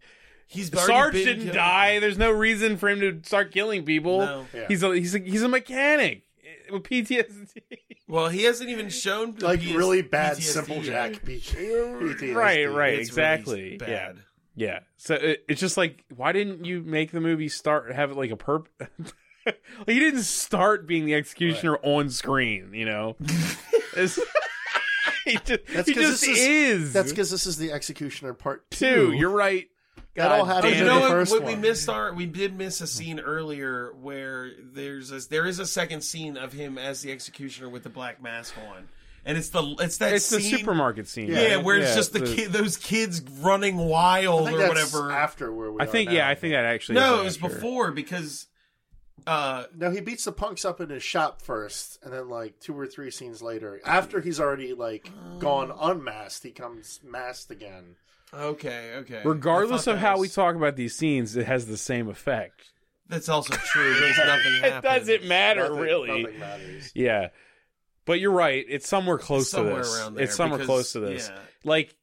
C: He's already
F: Sarge
C: been
F: didn't
C: killed.
F: die there's no reason for him to start killing people
C: No. Yeah.
F: he's a he's a, he's a mechanic with PTSD
C: Well, he hasn't even shown
B: Like
C: PS-
B: really bad
C: PTSD
B: simple
C: yet.
B: Jack P- PTSD.
F: right right
C: It's really
F: exactly
C: bad.
F: yeah. Yeah. So it, it's just like, why didn't you make the movie start have it like a perp? like, he didn't start being the executioner on screen. You know, It's- he just,
B: That's
F: he
B: 'cause
F: just
B: this
F: is.
B: is- That's because this is the executioner part
F: two.
B: two.
F: You're right.
B: that
F: God
B: all
C: Oh,
B: happened
F: damn
C: you
B: in
F: it.
C: know
B: the
C: what?
B: first
C: what we
B: one.
C: missed our we did miss a scene earlier where there's a, there is a second scene of him as the executioner with the black mask on, and it's the it's that
F: It's the
C: scene-
F: supermarket scene.
C: Yeah,
F: right?
C: where it's just the, kid, those kids running wild
B: I think
C: or
B: that's
C: whatever.
B: after where we.
F: I
B: are
F: think.
B: now.
F: Yeah, I think that actually.
C: no,
F: is
C: it was
F: after.
C: before because uh
B: No, he beats the punks up in his shop first, and then like two or three scenes later, after he's already like gone
F: Oh.
B: unmasked, he comes masked again.
C: okay, okay.
F: Regardless
C: I thought
F: of
C: that
F: how we
C: was-
F: talk about these scenes, it has the same effect.
C: That's also true. There's nothing
F: It
C: happened.
F: doesn't matter,
B: Nothing-
F: really.
B: nothing matters.
F: Yeah. But you're right. It's somewhere close to
C: somewhere
F: this.
C: around there,
F: it's somewhere
C: because-
F: close to this.
C: yeah.
F: Like,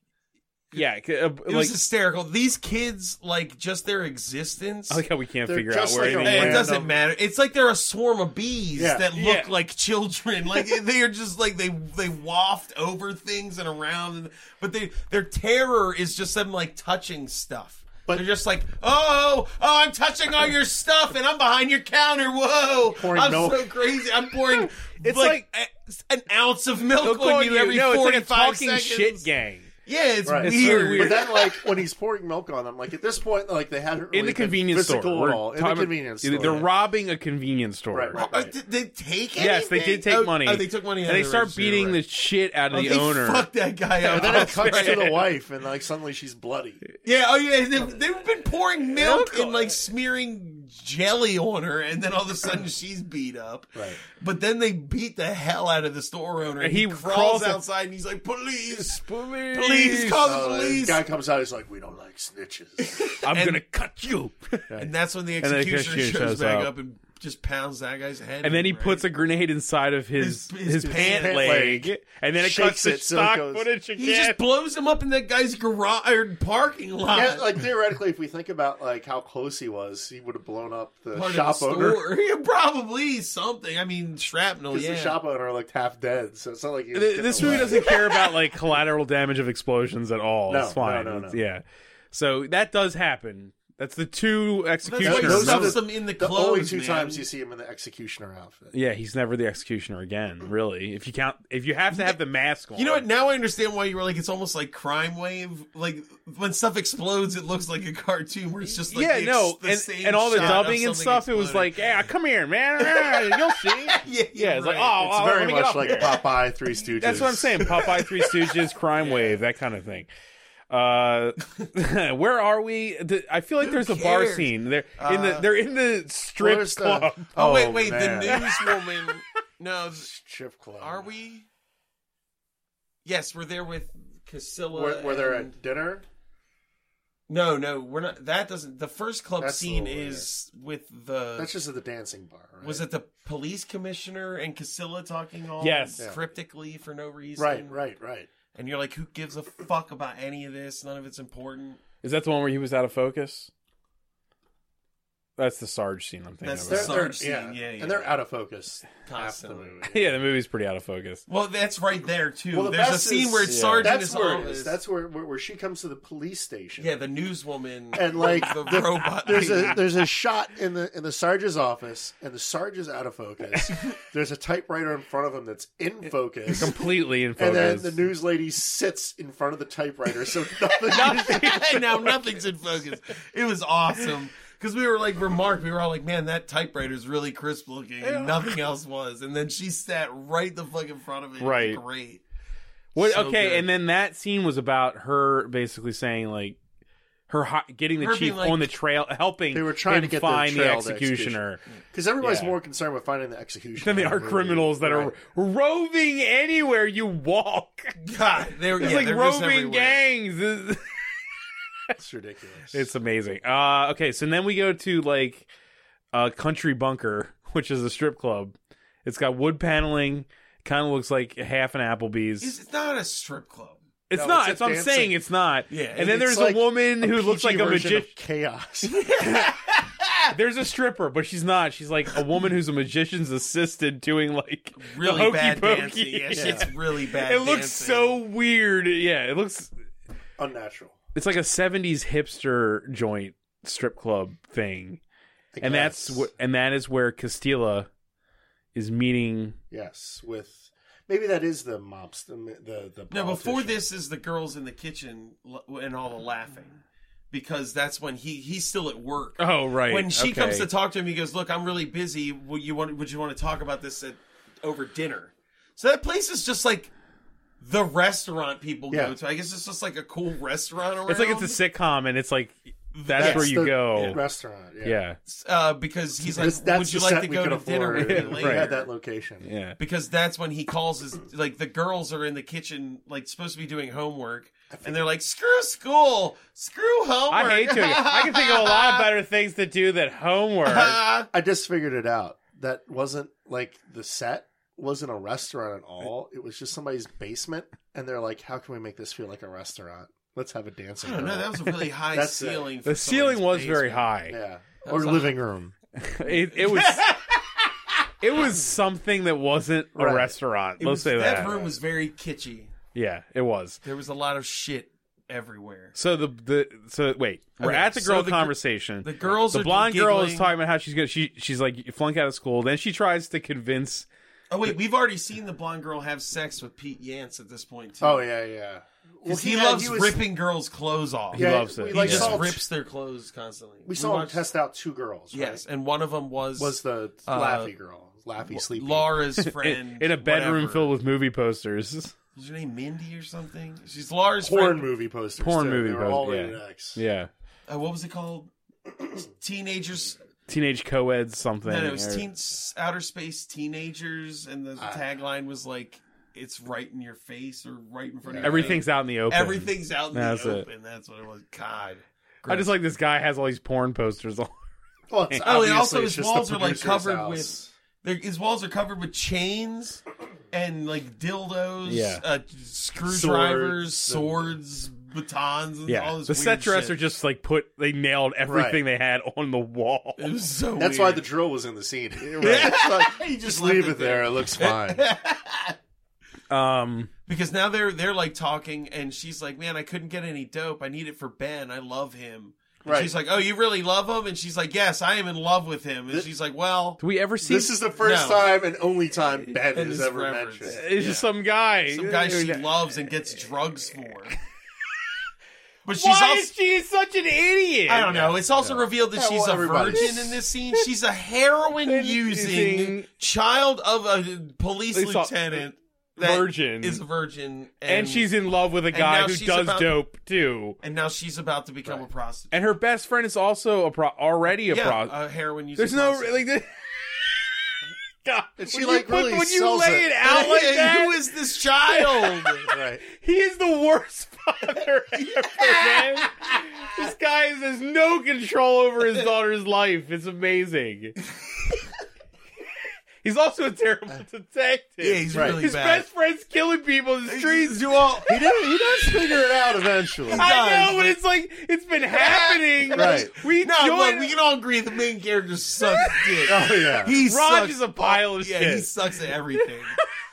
F: yeah. c- uh,
C: It
F: like,
C: was hysterical. These kids, like, just their existence.
F: I like how we can't
B: They're
F: figure out
B: just
F: where
B: like a
F: anything
C: Hey,
F: went.
C: it doesn't
B: Random.
C: matter. It's like they're a swarm of bees
B: Yeah.
C: that look
F: Yeah.
C: like children. Like they are just like they they waft over things and around. But they their terror is just them like touching stuff. But
B: But-
C: they're just like, oh, oh, I'm touching all your stuff, and I'm behind your counter. Whoa,
B: Pouring
C: I'm
B: milk.
C: so crazy. I'm pouring
F: It's
C: like, a- an ounce of milk
F: They'll call
C: on you every
F: no, it's like a
C: 45
F: talking
C: seconds.
F: shit gang.
C: Yeah, it's
B: Right. It's
F: really
C: weird.
F: weird.
B: But then, like when he's pouring milk on them, like at this point, like they haven't really
F: in the
B: been
F: convenience store.
B: physical
F: We're
B: at all. In the
F: talking-
B: convenience store,
F: They're robbing a convenience store.
B: Right, right.
C: Oh, did they take anything?
F: Yes, they did take
C: Oh,
F: money.
C: Oh, they took money. out
F: And they
C: of the
F: start
C: register,
F: beating
C: right.
F: the shit out of
C: Oh,
F: the
C: they
F: owner.
C: Fuck that guy up.
B: And then it cuts to the wife, and like suddenly she's bloody.
C: yeah, oh yeah, they've, they've been pouring milk
F: Milk on
C: and like smearing jelly on her, and then all of a sudden she's beat up.
B: Right.
C: But then they beat the hell out of the store owner. And
F: He
C: he,
F: crawls
C: crawls
F: in-
C: outside and he's like, "Police,
F: Please,
C: please call the
B: Uh,
C: police!"
B: guy comes out, he's like, "We don't like snitches."
F: I'm
C: and-
F: gonna cut you.
C: and that's when the
F: then the
C: executioner shows,
F: executioner shows
C: back
F: up.
C: up. and just pounds that guy's head.
F: and then he
C: in, right?
F: puts a grenade inside of his his,
C: His- his
F: pant,
B: pant
F: leg,
B: leg.
F: and then it cuts
B: Shakes
F: to
B: it so it
F: stock
B: goes-
F: footage again.
C: He just blows him up in that guy's garage or parking lot.
B: yeah, like theoretically, if we think about like how close he was, he would have blown up the
C: Part of
B: shop
C: the
B: owner.
C: store. Yeah, Probably something. I mean, shrapnel.
B: Because
C: Yeah.
B: the shop owner looked half dead, so it's not like he was
F: Th- this
B: getting
F: movie
B: away.
F: doesn't care about like collateral damage of explosions at all.
B: No,
F: it's fine.
B: no, no,
F: It's-
B: no.
F: Yeah. So that does happen. That's the two
C: That's why
F: executioners.
C: he
B: Those are
C: stuffs
B: the-
C: them in the
B: The
C: clothes.
B: only two
C: man.
B: times you see him in the executioner outfit.
F: yeah, he's never the executioner again, really. If you count, if you have to have the mask on,
C: You know what? Now I understand why you were like, it's almost like crime wave. Like when stuff explodes, it looks like a cartoon where it's just like
F: yeah,
C: the ex-
F: no,
C: the
F: and,
C: same
F: and all the
C: shot of
F: dubbing and
C: something
F: stuff. It was like,
C: exploding.
F: yeah, come here, man. Ah, You'll see.
C: yeah,
F: Yeah, it's like,
C: right.
F: oh,
B: It's
F: oh, let
B: very
F: me get
B: much
F: up
B: like
F: here.
B: Popeye Three Stooges.
F: That's what I'm saying. Popeye, Three Stooges, Crime Wave, that kind of thing. Uh, where are we? The- I feel like
C: Who
F: there's a bar
C: cares?
F: scene. They're in the they're in the strip
B: Where's Uh, the-
F: club.
C: oh, wait, wait,
B: man.
C: the newswoman. no,
B: strip club.
C: are we? Yes, we're there with Casilla.
B: Where, where they're
C: and-
B: at dinner?
C: No, no, we're not. That doesn't. The first club
B: That's a
C: scene
B: little
C: is with the.
B: That's just at the dancing bar. Right?
C: Was it the police commissioner and Casilla talking all
F: Yes.
B: Yeah.
C: cryptically for no reason?
B: right? Right? Right?
C: And you're like, who gives a fuck about any of this? None of it's important.
F: Is that the one where he was out of focus? That's the Sarge scene I'm thinking
C: That's
F: of.
C: the Sarge scene, yeah, yeah.
B: and they're out of focus half the
C: Constantly.
B: movie.
F: yeah, the movie's pretty out of focus.
C: Well, that's right there too.
B: Well, the
C: There's a
B: best
C: scene
B: is-
C: where
B: yeah.
C: Sergeant
B: that's
C: is
B: where
C: on
B: it is.
C: this-
B: That's where, where where she comes to the police station.
C: yeah, the newswoman
B: and like
C: the
B: there-
C: robot.
B: There's
C: lady.
B: a there's a shot in the in the serge's office, and the sarge is out of focus. there's a typewriter in front of him that's in focus.
F: Completely in
B: And then
F: focus.
B: the news lady sits in front of the typewriter, so nothing.
C: now nothing's in focus. It was awesome because we were like remarked. We were all like, "Man, that typewriter's really crisp looking," and nothing else was. And then she sat right the fuck in front of it. It was
F: Right.
C: great.
F: What?
C: So
F: okay,
C: good.
F: and then that scene was about her basically saying like her hi- getting the
C: Her
F: chief
C: being like-
F: on the trail, helping.
B: They were trying
F: him
B: to get the
F: find the,
B: trail to
F: executioner.
B: Because everybody's
F: Yeah.
B: more concerned with finding the execution
F: Then they
B: than the
F: are
B: movie.
F: criminals that
B: Right.
F: are roving anywhere you walk.
C: God, they were
F: It's
C: yeah,
F: like
C: they're just
F: roving
C: everywhere.
F: gangs. It's-
B: It's ridiculous.
F: It's amazing. Uh, okay, so then we go to like uh, Country Bunker, which is a strip club. It's got wood paneling. Kind of looks like half an Applebee's.
C: It's it's not a strip club.
F: it's
B: no,
F: not.
B: it's
F: It's
B: a
F: I'm
B: dancing-
F: saying it's not.
C: Yeah,
F: and then
C: it's
F: there's
B: like
F: a woman who
B: A
F: looks like
B: PG
F: a
B: version of
F: magician.
B: Chaos.
F: There's a stripper, but she's not. She's like a woman who's a magician's assistant doing like the
C: Really
F: hokey
C: bad
F: pokey.
C: dancing. Yeah,
F: Yeah.
C: shit's really bad.
F: It looks
C: dancing.
F: so weird. Yeah, it looks.
B: Unnatural.
F: It's like a '70s hipster joint strip club thing,
B: I
F: and that's
B: guess.
F: what, and that is where Castilla is meeting.
B: Yes, with maybe that is the mops. The the, the
C: Now, before
B: politician.
C: this is the girls in the kitchen l- and all the laughing because that's when he he's still at work.
F: Oh right,
C: When she comes to talk to him, he goes, "Look, I'm really busy. Would you want? Would you want to talk about this at over dinner?" So that place is just like the restaurant people
B: Yeah.
C: go to. I guess it's just like a cool restaurant around.
F: it's like it's a sitcom, and it's like that's
B: Yes,
F: where you
B: the
F: go.
B: Restaurant. Yeah.
F: Yeah,
C: uh, because he's like,
B: This- that's
C: "Would you
B: the
C: like
B: set
C: to
B: we
C: go
B: could
C: to dinner
B: afford.
C: with me
B: We
C: later?"
B: had that location.
F: yeah.
C: because that's when he calls his like the girls are in the kitchen like supposed to be doing homework and they're like screw school screw homework
F: I hate to. I can think of a lot better things to do than homework.
B: I just figured it out. That wasn't like the set wasn't a restaurant at all. It was just somebody's basement, and they're like, "How can we make this feel like a restaurant? Let's have a dancing."
C: I don't know
B: girl."
C: that was a really high
B: That's it.
C: ceiling for
F: The ceiling was
C: somebody's
F: very
C: basement.
F: high.
B: yeah,
C: was
B: or
C: a-
B: living room.
F: It, it was. it was something that wasn't a
B: Right.
F: restaurant.
C: It
F: Let's
C: was-
F: say that.
C: that room was very kitschy
F: yeah, it was.
C: there was a lot of shit everywhere
F: So the the so wait, we're
C: Okay,
F: at the
C: so
F: girl
C: the gr-
F: conversation.
C: the girls
F: the
C: are
F: blonde girl is
C: giggling.
F: talking about how she's gonna she she's like you flunk out of school. Then she tries to convince.
C: oh wait we've already seen the blonde girl have sex with pete yance at this point too
B: Oh yeah, yeah.
C: 'Cause he,
B: had-
C: loves
B: was-
C: ripping girls clothes off
F: Yeah, loves it.
B: We,
C: he
B: like,
C: just
B: saw,
C: rips their clothes constantly
B: we saw him
C: watched-
B: test out two girls. right?
C: yes and one of them
B: was the
C: Uh,
B: Laffy girl, Laffy Sleepy.
C: Laura's
F: In,
C: friend
F: in a bedroom
C: whatever.
F: filled with movie posters.
C: Was her name Mindy or something? She's Laura's
B: porn
C: friend.
B: movie posters.
F: Porn
B: too.
F: movie
B: They were all
F: posters,
B: rated X.
F: Yeah,
C: Uh, what was it called? Teenagers.
F: teenage co-ed something.
C: no, no, it was
F: or-
C: teen, outer space teenagers, and the
F: Ah.
C: tagline was like, "It's right in your face or right in front of your
F: Everything's out in the
C: face.
F: open.
C: everything's out in
F: That's
C: the
F: it.
C: open." That's what it was. God.
F: I just like this guy has all these porn posters on.
B: Well, it's
C: Oh, and
B: obviously
C: also
B: it's
C: his
B: just the
C: walls are, like,
B: producer's
C: covered
B: house.
C: with- Their, his walls are covered with chains and like dildos,
F: Yeah.
C: uh, screwdrivers,
B: Swords.
C: swords, batons, and
F: Yeah,
C: all this
F: the
C: weird
F: set dresser
C: shit.
F: just like put they nailed everything they had on the wall.
C: It was so. weird.
B: That's why the drill was in the scene. It's like,
C: you
B: just leave it there. It looks fine.
F: Um,
C: because now they're they're like talking and she's like man i couldn't get any dope i need it for ben i love him and
B: Right.
C: she's like oh you really love him and she's like yes i am in love with him and she's like well
F: do we ever see?
B: This is the first
C: No.
B: time and only time Ben
C: And
B: has
C: this
B: ever
C: reference.
B: mentioned.
F: it's just some guy.
C: some guy she loves and gets drugs for but she's
F: Why
C: also
F: is she such an idiot?
C: I don't know. It's also revealed that
B: Yeah,
C: she's
B: well,
C: a
B: everybody-
C: virgin in this scene. She's a heroin using
F: Using-
C: child of a police
F: Police officer.
C: lieutenant. that
F: Virgin,
C: is a virgin,
F: and, she's in love with a guy
C: now
F: who
C: she's
F: does
C: about-
F: dope too.
C: and now she's about to become a prostitute.
F: And her best friend is also a pro- already a
C: yeah, uh,
F: pro.
C: a heroin user.
F: There's no like. The- God,
B: And she,
F: when
B: like,
F: you put-
B: really
F: when you
B: sells
F: lay
B: it.
F: it out like that,
C: Who is this child?
B: Right.
F: He is the worst father ever, man. This guy has no control over his daughter's life. It's amazing. He's also a terrible detective.
C: Yeah, he's
B: Right.
C: really
F: His
C: bad.
F: best friend's killing people in the streets.
C: you all.
B: He, did, he does figure it out eventually.
F: I
C: does,
F: know, but it's like it's been happening.
B: Right.
F: We
C: No,
F: joined-
C: look, we can all agree the main character sucks dick.
B: Oh yeah.
C: He
F: Raj
C: sucks.
F: is a pile of
C: yeah,
F: shit.
C: he sucks at everything.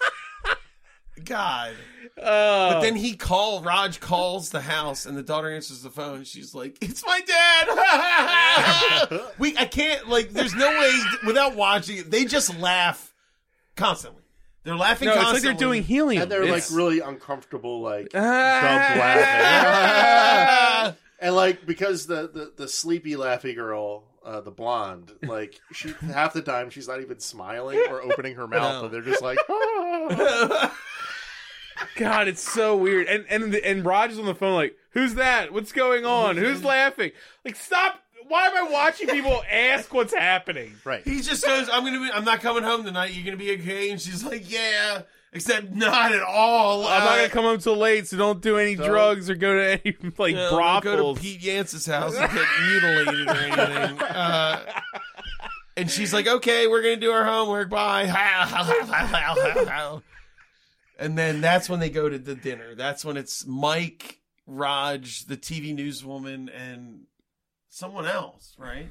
C: God.
F: Uh,
C: But then he call Raj calls the house and the daughter answers the phone. She's like, "It's my dad." we I can't like. There's no way without watching it. They just laugh constantly. They're laughing.
F: no, it's
C: constantly.
F: like they're doing helium.
B: and they're
F: It's-
B: like really uncomfortable, like dumb laughing.
F: Ah.
B: and like because the, the the sleepy laughy girl, uh, the blonde, like she half the time she's not even smiling or opening her mouth,
C: No.
B: and they're just like,
F: God, it's so weird. And and and Raj is on the phone like, "Who's that? What's going on? Who's laughing?" Like, stop. Why am I watching people ask what's happening?
B: right.
C: He just goes, "I'm gonna be. I'm not coming home tonight. You're gonna be okay." And she's like, "Yeah." Except not at all.
F: I'm not
C: Uh,
F: gonna come home till late, so don't do any
B: Don't-
F: drugs or go to any like
C: you know, don't Go
F: brothels.
C: to Pete Yance's house and get mutilated or anything. Uh, and she's like, "Okay, we're gonna do our homework. Bye." and then that's when they go to the dinner. That's when it's Mike, Raj, the TV newswoman, and someone else. Right?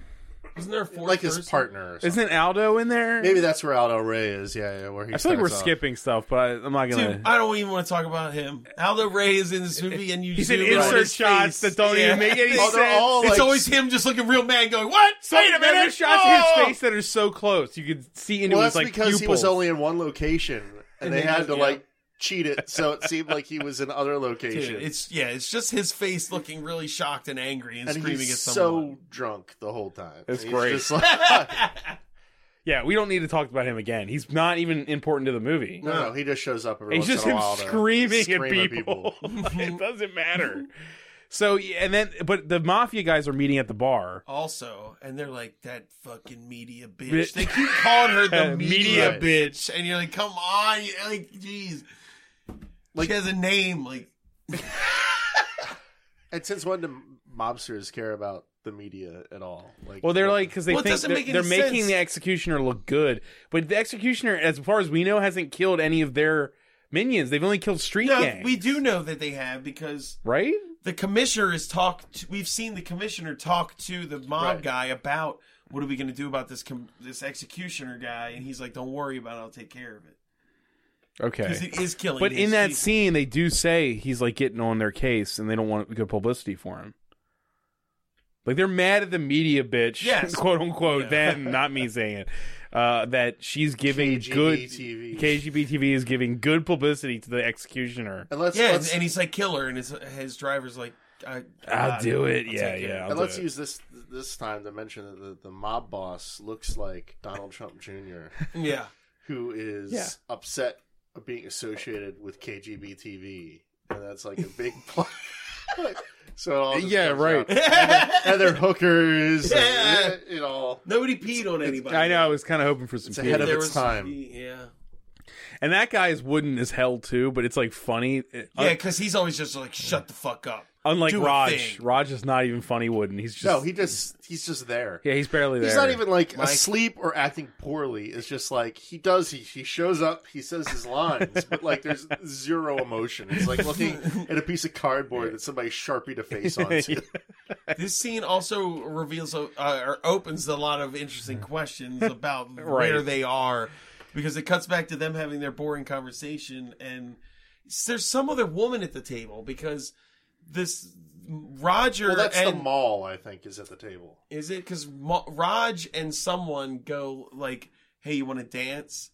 C: Wasn't there a fourth
B: like his
C: person?
B: partner. Or something.
F: Isn't Aldo in there?
B: Maybe that's where Aldo Ray is. Yeah, yeah. Where he
F: I feel like we're
B: starts off.
F: skipping stuff, but I, I'm not gonna.
C: Dude, I don't even want to talk about him. Aldo Ray is in this movie, and you
F: He's
C: zoom
F: in
C: in on
F: insert
C: his
F: shots that
C: face.
F: don't even
C: Yeah.
F: make any
B: Oh, they're
F: sense.
B: all
C: It's
B: like-
C: always him just looking real mad, going, "What?
F: So
C: Wait a
F: there
C: minute!
F: were shots of
C: Oh!"
F: his face that are so close you could see into
B: Well,
F: his
B: that's
F: like
B: because he
F: pupils.
B: was only in one location, and,
C: And
B: they
C: they
B: had
C: just-
B: to
C: yeah.
B: like cheat it, so it seemed like he was in other locations.
C: Dude, it's yeah, it's just his face looking really shocked and angry and,
B: and
C: screaming
B: he's
C: at
B: so
C: someone.
B: drunk the whole time.
F: It's
B: He's
F: great.
B: just like-
F: Yeah, we don't need to talk about him again. He's not even important to the movie.
B: no, no, he just shows up. Every
F: It's
B: once
F: just
B: in a
F: him
B: while to
F: screaming
B: scream
F: at people. it doesn't matter. So yeah, and then, but the mafia guys are meeting at the bar.
C: also, and they're like that fucking media bitch.
F: Bit-
C: They keep calling her the media
F: Media
B: Right.
C: bitch, and you're like, come on, you- like, jeez,
B: Like-
C: she has a name, like,
B: And since when do mobsters care about the media at all? Like,
F: Well, they're like because they
C: Well, it
F: think
C: doesn't
F: they're,
C: make any
F: they're making
C: sense.
F: the executioner look good, but the executioner, as far as we know, hasn't killed any of their minions. They've only killed street
C: no,
F: gang,
C: we do know that they have because
F: right?
C: the commissioner is talked. We've seen the commissioner talk to the mob
B: Right.
C: guy about what are we going to do about this com- this executioner guy, and he's like, don't worry about it, I'll take care of it because
F: Okay.
C: it is killing.
F: But
C: these
F: in that
C: people.
F: scene, they do say he's like getting on their case, and they don't want good publicity for him. Like they're mad at the media bitch,
C: Yes.
F: quote unquote.
C: Yeah.
F: Them, not me saying it. Uh, that she's giving
B: KGB
F: good
B: TV.
F: KGB TV is giving good publicity to the executioner.
B: and let's
C: yeah, and,
B: let's,
C: and he's like killer, and his his driver's like, I,
F: I'll do it.
C: I'll
F: yeah,
C: take
F: yeah. I'll
B: and
F: do
B: let's
F: it.
B: use this this time to mention that the, the mob boss looks like Donald Trump Jr.,
C: yeah.
B: who is
F: Yeah.
B: upset of being associated with KGB TV, and that's like a big plot. so it all just
F: Yeah,
B: comes
F: right.
B: out. And they're hookers. and, you know,
C: Nobody peed on anybody.
F: I know. I was kind of hoping for some.
B: It's
F: pee.
B: ahead of
C: There
B: its
C: was-
B: time.
C: Yeah,
F: and that guy is wooden as hell too, but it's like funny. It-
C: yeah, because he's always just like, shut the fuck up.
F: Unlike
C: do a
F: Raj,
C: thing.
F: Raj is not even funny wooden. He's just
B: no, he just he's just there.
F: yeah, he's barely there.
B: He's not even like
C: Mike.
B: asleep or acting poorly. It's just like he does. He he shows up. He says his lines, but like there's zero emotion. It's like looking at a piece of cardboard that somebody sharpied a face onto.
C: This scene also reveals uh, or opens a lot of interesting questions about where
F: Right.
C: they are, because it cuts back to them having their boring conversation, and there's some other woman at the table because this Roger
B: Well, that's the
C: and
B: mall. I think is at the table.
C: Is it because Raj and someone go like, "Hey, you want to dance?"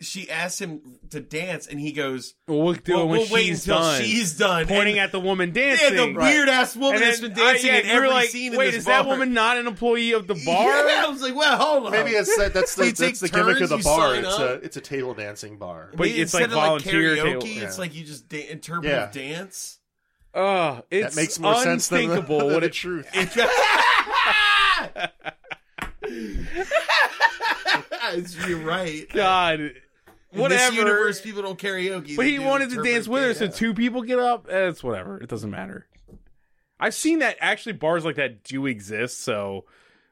C: She asks him to dance, and he goes,
F: Well, we'll do
C: "Well,
F: it when
C: we'll wait
F: she's
C: until
F: done.
C: she's done."
F: pointing
C: and,
F: at the woman
C: yeah,
F: dancing.
C: the weird ass woman
F: And
C: that's
F: then-
C: been dancing
F: I- yeah,
C: in
F: you were
C: every
F: like,
C: scene.
F: Wait,
C: in this
F: is that
C: bar."
F: woman not an employee of the bar?
C: Yeah, I was like, "Well, hold on."
B: Maybe it's that, that's
C: They
B: the,
C: Oh. take
B: that's the gimmick
C: turns,
B: of the
C: you
B: bar.
C: sign
B: It's a
C: up.
B: it's a table dancing bar.
F: But it's like
C: instead of, like
F: volunteer
C: karaoke,
F: table-
C: it's
B: yeah.
C: like you just da- interpretive
B: Yeah.
C: dance.
F: Oh, it's
B: that makes more sense than the,
F: unthinkable.
B: than
F: what
B: the
F: it,
B: truth.
C: It's- You're right.
F: God,
C: In this
F: whatever.
C: universe, people don't karaoke.
F: But
C: they
F: he
C: do
F: wanted to dance
C: interpretive
F: with her,
C: dance.
F: so two people get up. Eh, it's whatever. It doesn't matter. I've seen that actually bars like that do exist, so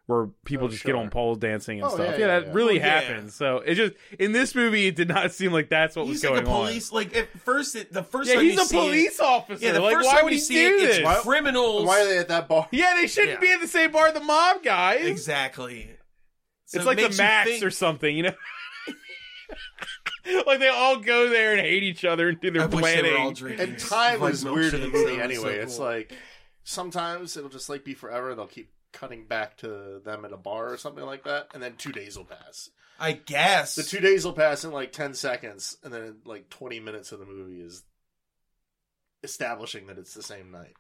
F: where people
B: Oh,
F: just
B: sure.
F: get on poles dancing and
B: Oh,
F: stuff.
B: yeah,
F: Yeah,
B: yeah,
F: that
B: yeah.
F: really
C: Well, yeah.
F: happens. So it just in this movie, it did not seem like that's what
C: he's
F: was
C: like
F: going
C: a police. Like at first, it, the
F: on.
C: first
F: Yeah,
C: time you
F: he's a
C: see it-
F: police officer.
C: yeah, the
F: like,
C: first
F: why
C: time
F: would
C: you
F: he
C: see
F: do
C: it,
F: this?
C: it's criminals.
B: Why are they at that bar?
F: Yeah, they shouldn't
C: Yeah.
F: be at the same bar the mob guys.
C: Exactly. So
F: it's
C: it
F: like the
C: makes you
F: Max
C: think-
F: or something, you know. like they all go there and hate each other and do their
C: I wish
F: planning.
C: they were all drinking.
B: And time
C: like
B: is weird in the
C: milkshakes.
B: movie
C: That was so
B: anyway. It's
C: cool.
B: like sometimes it'll just like be forever. They'll keep cutting back to them at a bar or something like that, and then two days will pass.
C: I guess
B: The two days will pass in like ten seconds, and then like twenty minutes of the movie is establishing that it's the same night.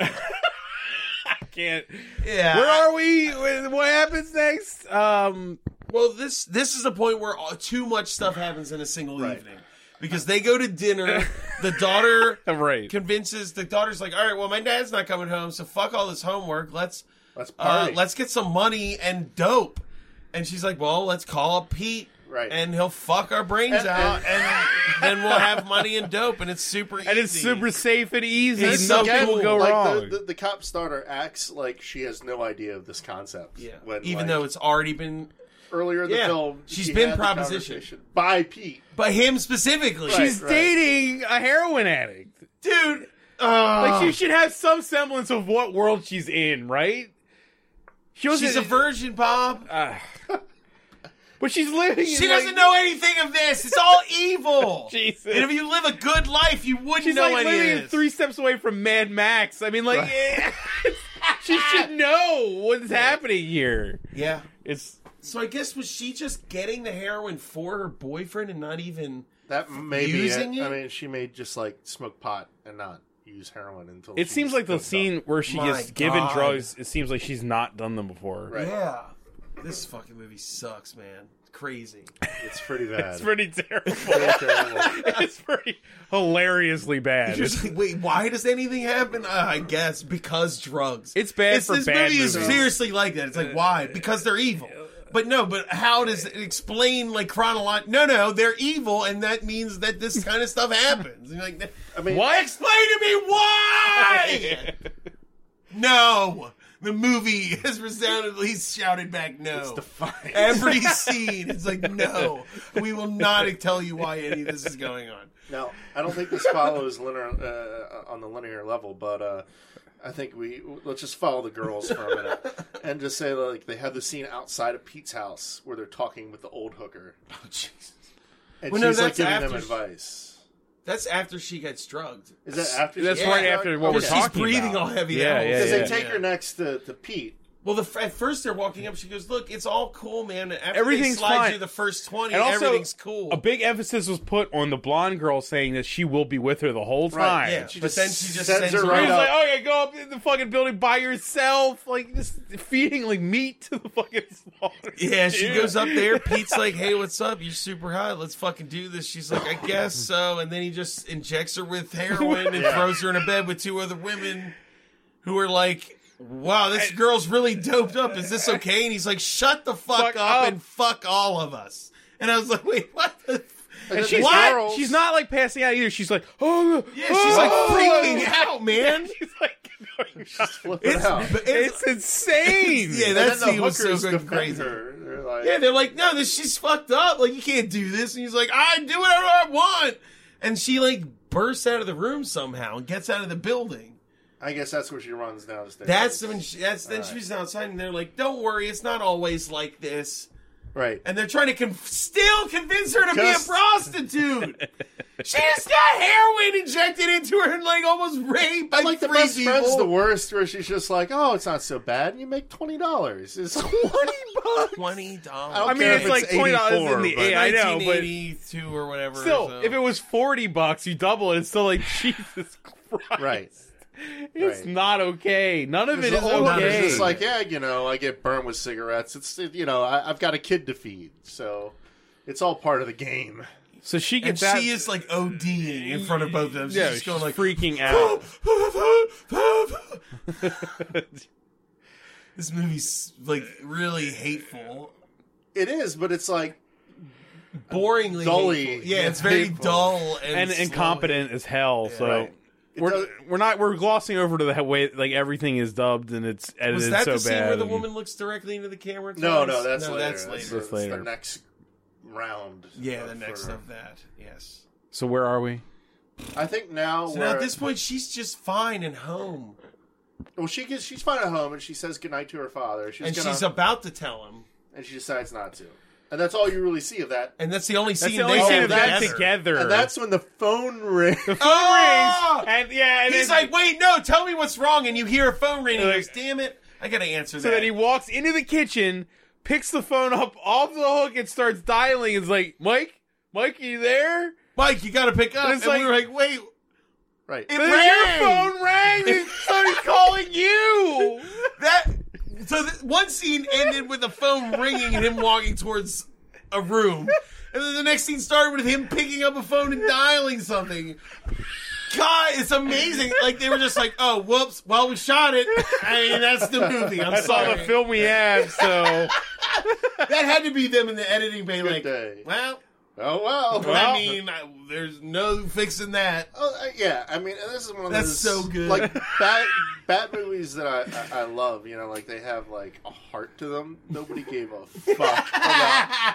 F: I can't.
C: Yeah.
F: Where are we? What happens next? Um,
C: Well, this this is a point where all, too much stuff happens in a single
B: Right.
C: evening because they go to dinner. the daughter
F: right.
C: convinces the daughter's like, "All right, well, my dad's not coming home, so fuck all this homework. Let's
B: Let's
C: uh,
B: party.
C: let's get some money and dope." And she's like, "Well, let's call up Pete."
B: Right.
C: And he'll fuck our brains
B: And- uh,
C: out, and then we'll have money and dope, and it's super easy.
F: and it's super safe and easy.
C: It's so
F: Nothing
C: cool.
F: will go
B: like
F: wrong.
B: The, the, the cop starter acts like she has no idea of this concept.
C: Yeah.
B: when,
C: Even
B: like,
C: though it's already been
B: earlier in the
C: Yeah.
B: film,
C: She's
B: she
C: been
B: had the
C: propositioned.
B: conversation by Pete.
C: by him specifically.
F: She's
B: right.
F: dating a heroin addict.
C: dude.
F: Like
C: Oh.
F: she should have some semblance of what world she's in, right? She
C: she's a
F: wasn't- Ah.
C: virgin, Bob.
F: but she's living. in,
C: She
F: like-
C: doesn't know anything of this. It's all evil.
F: Jesus.
C: And if you live a good life, you wouldn't
F: She's
C: know
F: like
C: any
F: living
C: of this.
F: three steps away from Mad Max. I mean, like, she should know what's happening here.
C: Yeah.
F: It's
C: So I guess was she just getting the heroin for her boyfriend and not even?
B: That may be
C: Using
B: it. I
C: it?
B: mean, she may just like smoke pot and not use heroin until
F: it
B: she's
F: seems like the
B: dosed up.
F: scene where she
C: My
F: gets given
C: God.
F: drugs. It seems like she's not done them before.
B: Right.
C: Yeah. This fucking movie sucks, man. Crazy.
B: It's pretty bad.
F: It's pretty terrible.
B: Pretty terrible.
F: it's pretty hilariously bad.
C: Just like, wait, why does anything happen? Uh, I guess because drugs.
F: It's bad for
C: this
F: bad
C: movie is
F: movies.
C: seriously like that. It's like why? Because they're evil. But no, but how does it explain like chronological? No, no, they're evil, and that means that this kind of stuff happens. And you're like,
B: I mean,
F: What?
C: Explain to me why! no! The movie has resoundingly shouted back no.
B: It's defined.
C: Every scene is like, no, we will not tell you why any of this is going on.
B: Now, I don't think this follows linear uh, on the linear level, but uh, I think we let's just follow the girls for a minute and just say like they have the scene outside of Pete's house where they're talking with the old hooker,
C: Oh, Jesus.
B: and
C: Well, no,
B: she's like
C: that's
B: giving them
C: after she-
B: advice.
C: That's after she gets drugged.
B: Is that after?
F: That's
B: she-
F: right
B: Yeah.
F: after what we're
C: She's
F: talking
C: breathing
F: about.
C: all heavy.
F: Yeah,
C: that whole
F: yeah,
B: Because
C: scene.
B: they take her next to, to Pete.
C: Well, the, at first they're walking up. She goes, "Look, it's all cool, man. And After everything's
F: Everything's
C: they slide
F: fine.
C: you the first twenty.
F: And also,
C: everything's cool."
F: A big emphasis was put on the blonde girl saying that she will be with her the whole time.
B: Right,
C: yeah, she
B: But
C: just, then she just
B: sends
C: sends
B: her
C: her
B: right
F: He was
C: out.
B: up.
F: like, oh yeah, go up in the fucking building by yourself, like just feeding like meat to the fucking slaughter.
C: Yeah, she
F: Dude.
C: goes up there. Pete's like, "Hey, what's up? You're super hot. Let's fucking do this." She's like, "I guess so." And then he just injects her with heroin and throws her in a bed with two other women who are like, "Wow, this girl's really doped up. Is this okay?" And he's like, "Shut the fuck,
F: Fuck
C: up,
F: up.
C: and fuck all of us." And I was like, "Wait, what?" The
B: And
F: She's
C: What?
F: not. She's not like passing out either. She's like, oh,
C: yeah, she's like freaking out, man.
F: She's like, going nuts.
B: Flipping
C: It's,
B: out.
F: it's insane.
C: Yeah,
B: And
C: that
B: then the
C: scene was so
B: hookers
C: good and
B: defend
C: crazy.
B: her. They're like,
C: Yeah, they're like, no, this she's fucked up. Like, you can't do this. And he's like, I do whatever I want. And she like bursts out of the room somehow and gets out of the building.
B: I guess that's where she runs downstairs.
C: That's when she, that's then
B: Alright.
C: she's outside and they're like, don't worry, it's not always like this.
B: right.
C: And they're trying to con- still convince her to
B: Just-
C: be a prostitute. she just got heroin injected into her and like oh, almost raped by
B: like the
C: three
B: best
C: people.
B: friend's the worst, where she's just like, "Oh, it's not so bad. You make twenty dollars. It's twenty bucks."
C: Twenty dollars.
B: I don't
F: I mean,
B: care
F: it's
B: if
F: like
B: it's
F: twenty dollars in
B: 84,
F: the
B: but-
F: yeah, I know, but
C: eighty-two or whatever.
F: still,
C: so.
F: if it was forty bucks, you double it. It's still like Jesus Christ.
B: Right.
F: It's
B: Right.
F: not okay. None of it is
B: the old
C: okay.
B: hooker's
F: okay.
B: just like, "Yeah, you know, I get burnt with cigarettes. It's you know, I, I've got a kid to feed, so it's all part of the game."
F: so she
C: and
F: gets out.
C: she is like ODing in front of both of them. She's
F: yeah,
C: just going like,
F: freaking out.
C: this movie's like really hateful,
B: It is, but it's like
C: boringly
B: Dully.
C: hateful. Yeah, it's very
B: Hateful.
C: dull and,
F: and
C: slow.
F: incompetent as hell. So
B: right.
F: we're we're not we're glossing over to the way like everything is dubbed and it's edited
C: Was that
F: so
C: the scene
F: bad.
C: where the
F: and-
C: woman looks directly into the camera? and
B: No,
C: talks?
B: no, that's
C: no,
B: later.
C: that's later.
F: That's later.
B: the next round.
C: Yeah,
B: of-
C: the next
B: for-
C: of that. Yes.
F: So where are we?
B: I think now.
C: So
B: we're,
C: now at this point, she's just fine and home,
B: well, she gets she's fine at home and she says goodnight to her father. She's
C: and
B: gonna,
C: she's about to tell him,
B: and she decides not to. And that's all you really see of that.
C: and that's the only
F: That's
C: scene
F: the only
C: they
F: scene
C: have
F: of that
C: together.
F: together.
B: And that's when the phone rings.
C: Ah!
F: and yeah, and
C: He's
F: then-
C: like, wait, no, tell me what's wrong, and you hear a phone ringing. He
F: Like-
C: goes, damn it, I gotta answer
F: so
C: that.
F: then he walks into the kitchen, picks the phone up off the hook, and starts dialing. It's like, Mike, Mike, are you there?
C: Mike, you gotta pick up.
F: And
C: And,
F: it's
C: we
F: like-
C: were like, wait,
B: right.
C: it
F: Then
C: rang.
F: your phone rang. And so he's calling you.
C: That so th- one scene ended with the phone ringing and him walking towards a room, and then the next scene started with him picking up a phone and dialing something. God, it's amazing. Like they were just like, "Oh, whoops! Well, we shot it." I mean, that's the movie. I'm
F: That's all
C: sorry.
F: the film we have. So
C: That had to be them in the editing bay.
B: Good
C: Like,
B: day.
C: well,
B: Oh well.
C: I mean, I, there's no fixing that.
B: Oh, uh, yeah, I mean, and this is one of
C: That's
B: those
C: so good.
B: like bat bat movies that I, I I love. You know, like they have like a heart to them. Nobody gave a fuck about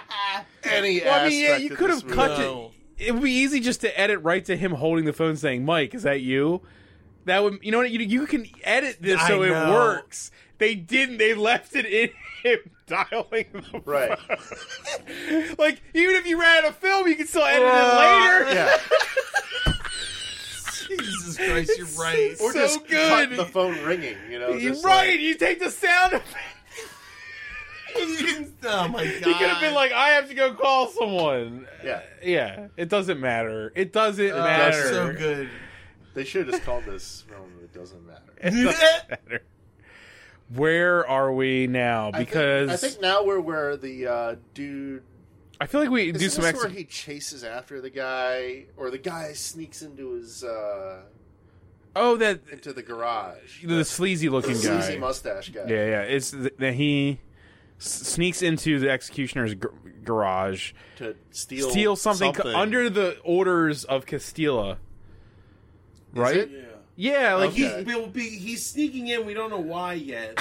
B: any.
F: well, I mean, yeah,
B: aspect
F: you
B: of
F: could
B: this
F: have
B: movie.
F: cut
C: No.
F: it. It would be easy just to edit right to him holding the phone, saying, "Mike, is that you?" That would, you know, what you you can edit this
C: I
F: so it
C: know.
F: works. They didn't. They left it in him dialing the
B: Right.
F: phone. like even if you ran out of film, you can still edit it later.
B: Yeah,
C: Jesus Christ, you're right.
B: or
F: So
B: just
F: good.
B: cut the phone ringing. You know,
F: You're
B: just
F: right.
B: like-
F: you take the sound. effect.
C: You didn't- oh my God!
F: You could have been like, "I have to go call someone."
B: yeah,
F: Yeah, it doesn't matter. It doesn't matter.
C: that's so good.
B: they should have just called this film. It doesn't matter.
F: Where are we now?
B: I think-
F: Because
B: I think, now we're where the uh, dude
F: I feel like we
B: is
F: do
B: this
F: some
B: where
F: extra.
B: he chases after the guy, or the guy sneaks into his uh,
F: Oh, that
B: into the garage.
F: the sleazy looking guy.
B: Sleazy mustache guy.
F: yeah, yeah. It's th- that he s- sneaks into the executioner's g- garage,
B: to steal
F: steal something, co- under the orders of Castilla. Right?
B: it?
F: Yeah, like
B: Okay.
F: he
C: He's, we'll be, he's sneaking in. We don't know why yet.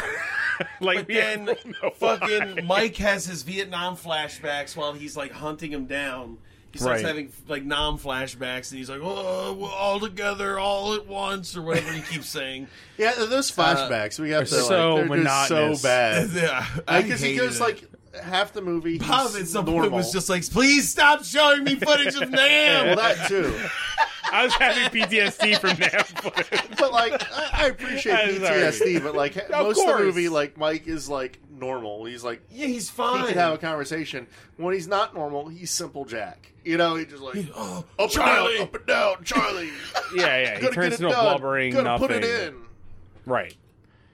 F: like
C: But then
F: yeah, I don't know
C: fucking
F: why.
C: Mike has his Vietnam flashbacks while he's like hunting him down. He starts
F: Right.
C: having like nom flashbacks, and he's like, "Oh, we're all together, all at once," or whatever he keeps saying.
B: Yeah, those flashbacks we got to,
F: so
B: like, they're
F: monotonous.
B: just so bad.
C: yeah,
B: Because he
C: hated
B: goes
C: it.
B: like half the movie. He's
C: Bob at some
B: normal.
C: point was just like, "Please stop showing me footage of
B: well
C: Nam."
B: that too.
F: I was having PTSD from that.
B: But like, I, I appreciate
F: I'm sorry.
B: PTSD, but like most of
F: course.
B: the movie, like Mike is like normal. He's like
C: yeah, he's
B: he
C: fine.
B: can have a conversation. When he's not normal, he's simple Jack. You know, he just like
C: oh,
B: up
C: Charlie.
B: and down, up and down, Charlie.
F: yeah, yeah. He
B: Gonna
F: turns
B: get it
F: into a
B: done.
F: blubbering
B: Gonna
F: nothing.
B: put it in.
F: Right.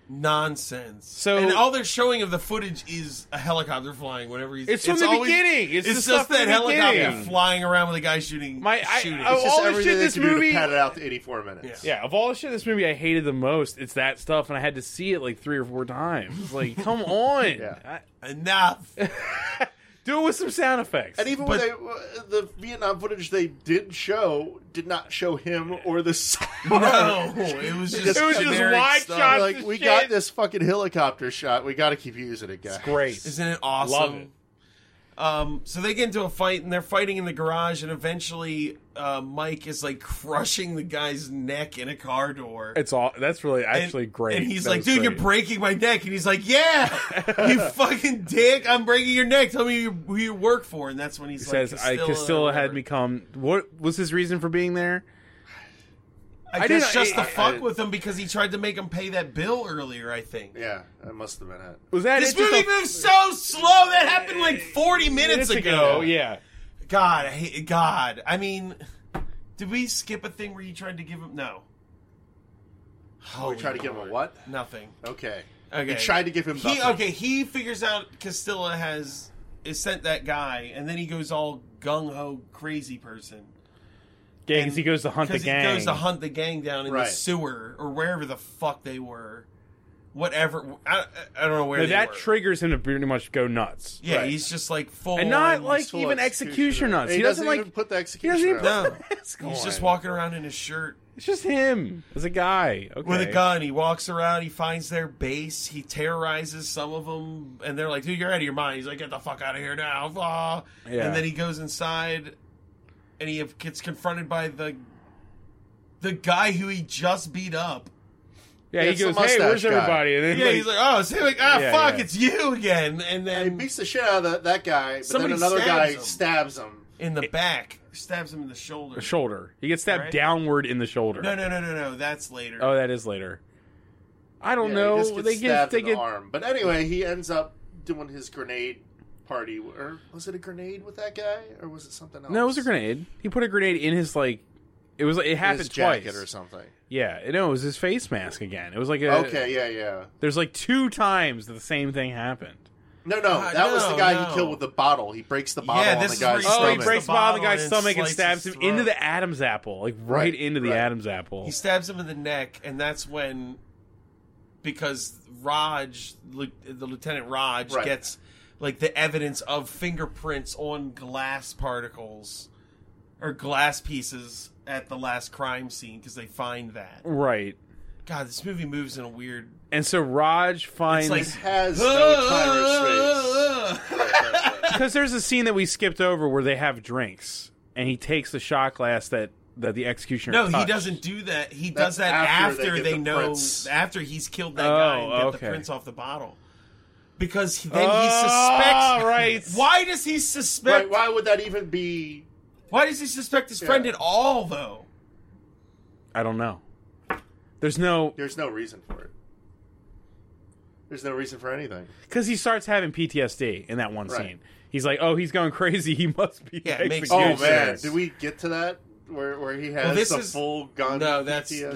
C: nonsense.
F: So-
C: and all they're showing of the footage is a helicopter flying. Whenever he's
F: It's from the beginning. It's
C: It's,
F: the stuff
C: just
F: from
C: that
F: the
C: helicopter
F: beginning.
C: flying around with a guy shooting.
F: My- I-
C: shooting.
F: I-
B: It's just
F: All the Oh, shit
B: everything they
F: this
B: can do
F: movie-
B: to pad it out to eighty-four minutes.
C: Yeah.
F: Yeah, of all the shit in this movie I hated the most, it's that stuff, and I had to see it like three or four times. Like, come on,
B: Yeah.
C: Enough.
F: do it with some sound effects.
B: And even when they uh, the Vietnam footage they did show did not show him or the star.
C: No, it was just
B: It was
F: just
C: generic
F: wide
C: stuff.
F: shots.
B: like
F: the
B: we
F: shit.
B: got this fucking helicopter shot. We got to keep using it, guys.
F: great.
C: Isn't it awesome?
F: Love it.
C: Um, so they get into a fight and they're fighting in the garage, and eventually uh, Mike is like crushing the guy's neck in a car door.
F: It's all that's really
C: And-
F: actually great.
C: And he's
F: That
C: like,
F: was
C: dude,
F: great.
C: you're breaking my neck. And he's like, yeah, you fucking dick. I'm breaking your neck. Tell me who you, who you work for. And that's when he's
F: He
C: like,
F: says, "I
C: Castilla
F: Castilla had
C: whatever.
F: me come." What was his reason for being there?
C: I,
F: I
C: guess
F: didn't-
C: just
F: I-
C: to fuck
B: I-
C: with him because he tried to make him pay that bill earlier. I think.
B: Yeah, that must have been it.
F: Was that
C: This
F: it? Just
C: movie
F: a-
C: moves so slow. That happened like 40 minutes, ago.
F: Yeah,
C: God, I hate, God. I mean, did we skip a thing where you tried to give him? No.
B: Oh, we
C: Holy
B: tried to give him a
C: Lord.
B: what?
C: Nothing.
B: Okay.
C: Okay.
B: We tried to give him.
C: He,
B: nothing.
C: okay, he figures out Castilla has is sent that guy, and then he goes all gung ho crazy person.
F: gang. 'cause he goes to hunt the
C: Because he
F: gang.
C: goes to hunt the gang down in
B: Right.
C: the sewer or wherever the fuck they were, whatever. I, I don't know where
F: Now,
C: they
F: that
C: were.
F: triggers him to pretty much go nuts.
C: Yeah,
B: Right.
C: he's just like full
F: And not
B: Oh,
C: on,
F: like
B: Full
F: even executioner nuts.
B: He,
F: He doesn't
B: doesn't, even
F: like-
B: put the
F: even
B: executioner.
F: put-
B: out.
C: no.
F: It's
C: He's just
F: gone.
C: walking around in his shirt.
F: It's just him as a guy. Okay.
C: with a gun. He walks around. He finds their base. He terrorizes some of them, and they're like, "Dude, you're out of your mind." He's like, "Get the fuck out of here now!" Ah.
F: Yeah.
C: And then he goes inside, and he gets confronted by the the guy who he just beat up.
F: Yeah,
B: Yeah,
F: he
B: it's the
F: goes, "Hey, where's
B: mustache guy."
F: everybody?" And then
C: Yeah,
F: like,
C: he's like, "Oh, it's him. Like, ah,
F: Yeah,
C: fuck,
F: yeah.
C: it's you again." And
B: He
C: then
B: beats the shit out of that, that guy, but
C: Somebody
B: then another
C: stabs
B: guy
C: him.
B: stabs him.
C: in the back, stabs him in the shoulder.
F: the shoulder. He gets stabbed
C: Right.
F: downward in the shoulder.
C: No, no, no, no, no. That's later.
F: Oh, that is later. I don't
B: Yeah,
F: know.
B: he just gets
F: they get
B: stabbed
F: they
B: in
F: get
B: the arm. But anyway, he ends up doing his grenade party. Or was it a grenade with that guy, or was it something else?
F: no. It was a grenade. He put a grenade in his like. It was like it
B: In
F: happened
B: his
F: twice.
B: jacket or something.
F: Yeah, no, it was his face mask again. It was like a,
B: okay, yeah, yeah.
F: There's like two times that the same thing happened.
B: No, no,
C: Ah,
B: that was the
C: no,
B: guy
C: no.
B: he killed with the bottle. He breaks the bottle on
C: this
B: the
C: is where
B: guy's
C: he
F: Oh,
B: stomach.
F: he
C: stomach.
F: breaks
C: the
F: the bottle in the
C: bottle
F: guy's
C: and
F: stomach and
C: slices
F: stabs
C: his
F: him into
C: throat.
F: the Adam's apple, like right,
B: Right,
F: into the
B: right.
F: Adam's apple.
C: He stabs him in the neck, and that's when, because Raj, Lu- the Lieutenant Raj,
B: Right.
C: gets like the evidence of fingerprints on glass particles or glass pieces at the last crime scene because they find that.
F: right,
C: God, this movie moves in a weird.
F: and so Raj finds
C: like-
B: It has no time
F: because there's a scene that we skipped over where they have drinks, and he takes the shot glass that that the executioner.
C: No, he
F: touched.
C: doesn't do that. He does
B: That's
C: that
B: after
C: after,
B: they get
C: they,
B: the
C: know
B: prints.
C: after he's killed that
F: Oh,
C: guy and get
F: okay.
C: the prints off the bottle. Because he- then
F: Oh,
C: he
F: right.
C: suspects. Why does he
B: and
C: suspect?
B: right, why would that even be?
C: Why does he suspect his
B: Yeah.
C: friend at all, though?
F: I don't know. There's no
B: There's no reason for it. There's no reason for anything.
F: because he starts having PTSD in that one
B: Right.
F: scene. He's like, "Oh, he's going crazy. He must be."
C: Yeah, it makes
B: Oh
C: Dude,
B: man,
C: sense.
F: executed."
B: did we get to that where where he has
C: Well, this
B: the
C: is-
B: full gun?
C: No, that's
B: PTSD?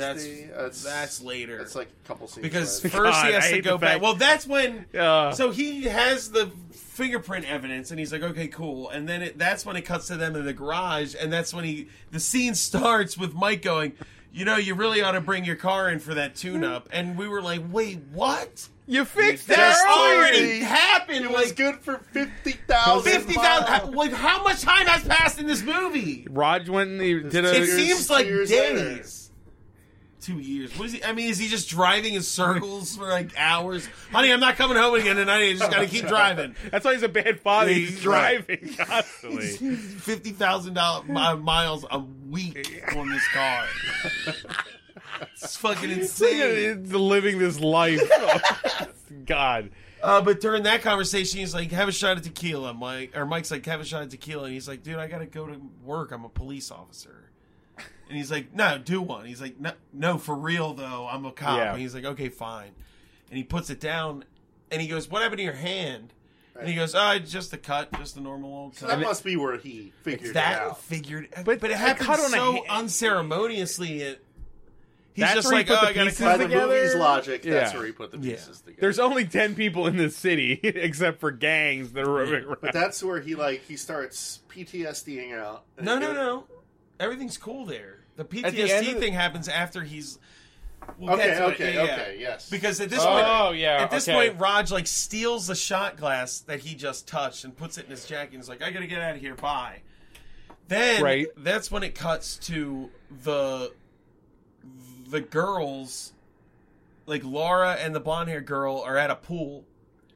C: that's that's, later.
B: That's like a couple scenes.
C: because
B: later.
C: first
F: God,
C: he
F: I
C: has
F: hate
C: to
F: the
C: go back.
F: fact-
C: Well, that's when.
F: Yeah.
C: So he has the fingerprint evidence, and he's like, "Okay, cool." And then it, that's when it cuts to them in the garage, and that's when he the scene starts with Mike going, "You know, you really ought to bring your car in for that tune-up." And we were like, "Wait, what?
F: You fixed that
C: That's
F: already.
C: already happened!"
B: it
C: like
B: was good for fifty thousand.
C: fifty thousand. Like how much time has passed in this movie?
F: Raj went and he did a.
C: It
B: years-
C: seems like
B: years
C: days.
B: later.
C: Two years. What is he? I mean, is he just driving in circles for like hours? Honey, I'm not coming home again tonight. I just gotta keep driving.
F: That's why he's a bad father.
C: Yeah,
F: He's
C: he's
F: driving constantly.
C: Fifty thousand dollars miles a week on this car. It's fucking insane.
F: He's living this life. Oh, God.
C: Uh, but during that conversation, he's like, "Have a shot of tequila, Mike." Or Mike's like, "Have a shot of tequila," and he's like, "Dude, I gotta go to work. I'm a police officer." And he's like, "No, do one." He's like, "No, no, for real though. I'm a cop."
F: Yeah.
C: And he's like, "Okay, fine." And he puts it down, and he goes, "What happened to your hand?" And he goes, "Oh, it's just a cut, just a normal old
B: So
C: cut."
B: that must be where he figured
C: It's
B: it
C: that
B: out.
C: figured,
F: But
C: but, but
F: a
C: it happened
F: cut on a
C: so
F: hand-
C: unceremoniously. It, he's
F: That's
C: just
F: where he
C: like,
F: put
C: oh,
F: the
C: I gotta
F: pieces
C: cut
B: By the
C: the
F: together?
B: movie's logic, that's
F: Yeah.
B: where he put the
C: Yeah.
B: pieces together.
F: There's only 10 people in this city except for gangs that are around.
B: but that's where he like he starts PTSDing out. and
C: No,
B: he
C: no,
B: goes-
C: no. Everything's cool there. The
F: At the end
C: PTSD
F: of the-
C: thing happens after he's. Well,
B: Okay,
C: that's what-
B: okay,
C: yeah, yeah.
B: okay, yes.
C: Because at this
F: Oh,
C: point,
F: yeah,
C: at this
F: okay.
C: point, Raj like steals the shot glass that he just touched and puts it in his jacket. and He's like, "I gotta get out of here, bye." Then
F: Right.
C: that's when it cuts to the the girls, like Laura and the blonde haired girl, are at a pool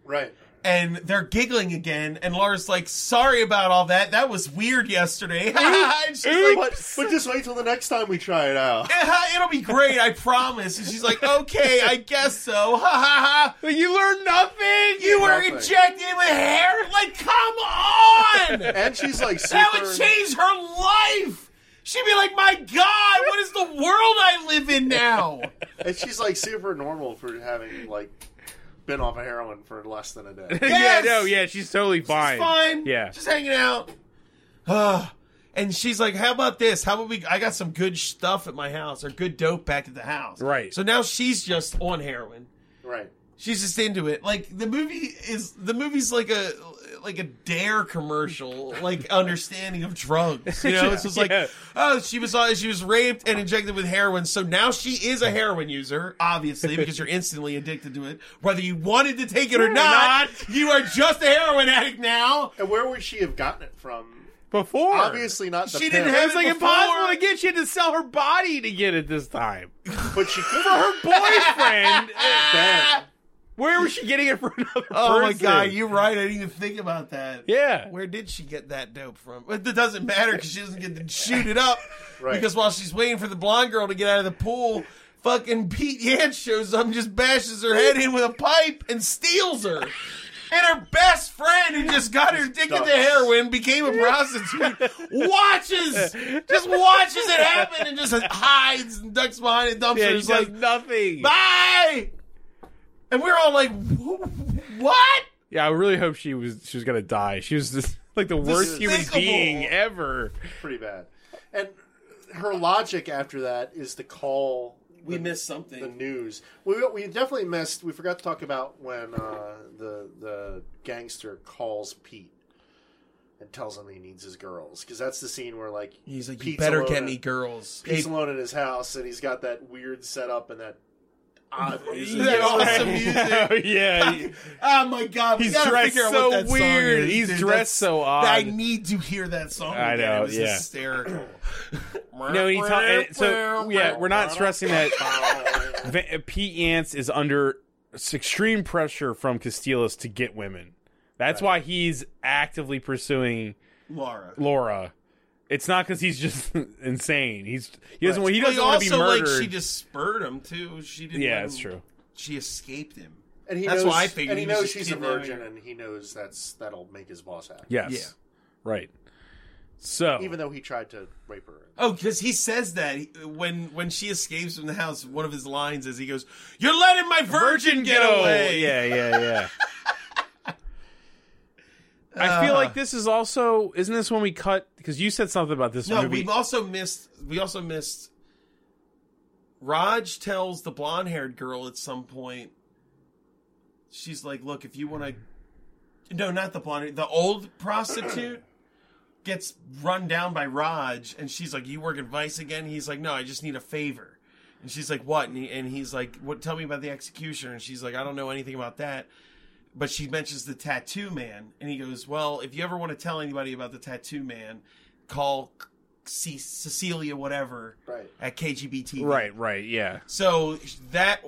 B: right.
C: and they're giggling again. And Laura's like, "Sorry about all that. That was weird yesterday." and she's
F: Mm-hmm.
C: like,
B: But, but just wait till the next time we try it out.
C: "Eh, It'll be great, I promise. And she's like, okay, I guess so. Ha ha ha.
F: But you learn nothing.
C: You were
B: Nothing.
C: injected with hair? Like, come on!
B: And she's like super.
C: That would change her life! She'd be like, my God, what is the world I live in now?
B: And she's like super normal for having like been off of heroin for less than a day.
C: Yes!
F: Yeah, no, yeah, she's totally fine.
C: It's fine.
F: Yeah.
C: Just hanging out. Ah. and she's like, how about this? How about we, I got some good stuff at my house or good dope back at the house.
F: Right.
C: So now she's just on heroin.
B: Right.
C: She's just into it. Like the movie is the movie's like a like a dare commercial, like understanding of drugs. You know, it's just like
F: Yeah.
C: oh, she was she was raped and injected with heroin, so now she is a heroin user, obviously, because you're instantly addicted to it, whether you wanted to take it or not. You are just a heroin addict now.
B: And where would she have gotten it from
F: before.
B: Obviously not. The
C: She
B: pimp,
C: didn't
F: It
C: have
F: was like
C: Before-
F: impossible to get. She had to sell her body to get it this time.
B: but she could
F: For her boyfriend.
B: have.
F: Where was she getting it from another
C: Oh my
F: person?
C: god, you're right. I didn't even think about that.
F: Yeah.
C: Where did she get that dope from? It doesn't matter because she doesn't get to shoot it up.
B: Right.
C: Because while she's waiting for the blonde girl to get out of the pool, fucking Pete Yan shows up and just bashes her head in with a pipe and steals her. And her best friend, who just got her addicted
B: ducks.
C: to heroin, became a prostitute, watches, just watches it happen and just hides and ducks behind a dumpster.
F: Yeah,
C: It's
F: she
C: like,
F: does nothing.
C: bye! And we're all like, "Wh- what?
F: Yeah, I really hope she was she was gonna die. She was just, like the worst human
C: Despicable.
F: being ever.
B: pretty bad. And her logic after that is to call
C: We
B: the,
C: missed
B: the
C: something.
B: news. We we definitely missed. We forgot to talk about when uh, the the gangster calls Pete and tells him he needs his girls because that's the scene where like
C: He's like, you
B: Pete's
C: better
B: alone
C: get
B: in-
C: me girls.
B: Pete's
C: Hey,
B: alone in his house and he's got that weird setup and that odd music.
C: That
B: It's
C: awesome
B: like-
C: music.
F: yeah. he-
C: oh my god, we
F: He's
C: gotta
F: dressed
C: figure out
F: so
C: what that song
F: weird.
C: is,
F: He's
C: dude.
F: dressed
C: That's-
F: so odd.
C: I need to hear that song.
F: I
C: again.
F: know,
C: It was
F: yeah.
C: hysterical.
F: No, he ta- and so yeah, we're not stressing that Va- Pete Yance is under extreme pressure from Castillas to get women. That's why he's actively pursuing
C: Laura.
F: Laura. It's not because he's just insane. He's he doesn't want he
C: Well,
F: doesn't want to be
C: also,
F: murdered.
C: Like, she just spurred him too. She didn't. let
F: yeah,
C: him-
F: that's true.
C: She escaped him.
B: And he
C: That's
B: knows,
C: why I figured
B: And he,
C: he was
B: knows
C: just
B: she's a
C: kidnapping
B: virgin,
C: her.
B: and he knows that's that'll make his boss happy.
F: Yes.
C: Yeah.
F: Right. So
B: Even though he tried to rape her.
C: Oh, because he says that he- when when she escapes from the house. One of his lines is he goes, "You're letting my virgin, get
F: go.
C: away."
F: Yeah, yeah, yeah. I
C: Uh.
F: feel like this is also isn't this when we cut because you said something about this
C: No,
F: movie.
C: we've also missed. We also missed. Raj tells the blonde-haired girl at some point. She's like, "Look, if you want to." No, not the blonde. The old prostitute gets run down by Raj, and she's like, "You work at Vice again?" He's like, "No, I just need a favor." And she's like, "What?" And, he, and he's like, "What? Tell me about the executioner." And she's like, "I don't know anything about that." But she mentions the tattoo man, and he goes, "Well, if you ever want to tell anybody about the tattoo man, call C- Cecilia whatever
B: Right.
C: at KGB TV."
F: right, right, yeah.
C: So that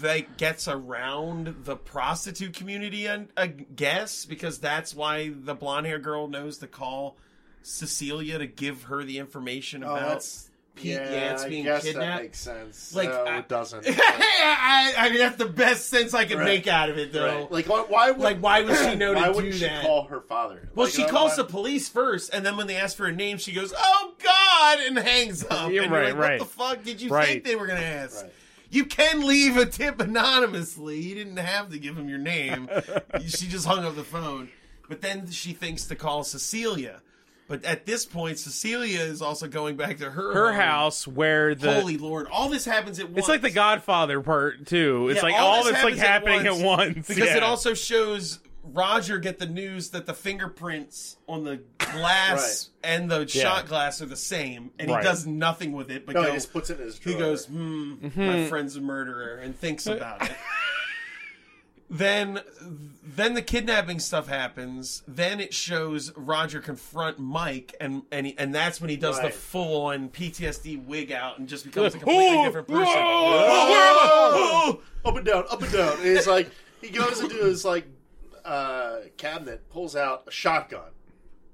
C: that gets around the prostitute community, I I guess, because that's why the blonde hair girl knows to call Cecilia to give her the information
B: Oh,
C: about.
B: that's
C: Pete
B: yeah,
C: Yance
B: I
C: being
B: guess
C: kidnapped?
B: That makes sense.
C: Like,
B: no,
C: I-
B: it doesn't.
C: I, I mean, that's the best sense I can
B: Right.
C: make out of it, though.
B: Right. Like why- why would
C: Like, why would she know to
B: why
C: do
B: wouldn't she
C: that?
B: call her father?
C: Well,
B: Like,
F: uh,
B: uh,
C: she
B: I don't
C: calls the
B: want-
C: police first, and then when they ask for a name, she goes, "Oh God," and hangs up.
F: Yeah,
C: And you're
F: right,
C: like,
F: right.
C: What the fuck did you
F: Right.
C: think they were gonna ask?
B: Right.
C: You can leave a tip anonymously. You didn't have to give him your name. she just hung up the phone. But then she thinks to call Cecilia. But at this point, Cecilia is also going back to her
F: Her
C: home.
F: house where the
C: Holy Lord! All this happens at once.
F: it's like the Godfather part too. It's
C: Yeah,
F: like
C: all
F: all,
C: this
F: that's like
C: happens
F: happening
C: at
F: at once
C: because
F: yeah.
C: it also shows Roger get the news that the fingerprints on the glass and the shot glass are the same, and
F: Right.
C: he does nothing with it. But
B: No,
C: go-
B: he just puts it in his drawer.
C: he goes, hmm,
F: Mm-hmm.
C: my friend's a murderer, and thinks about it. then, then the kidnapping stuff happens. Then it shows Roger confront Mike, and and he, and that's when he does the
B: Right.
C: full on PTSD wig out and just becomes a completely
F: Ooh,
C: different person.
F: whoa,
B: Oh! up and down, up and down. And he's like, he goes into his like uh, cabinet, pulls out a shotgun,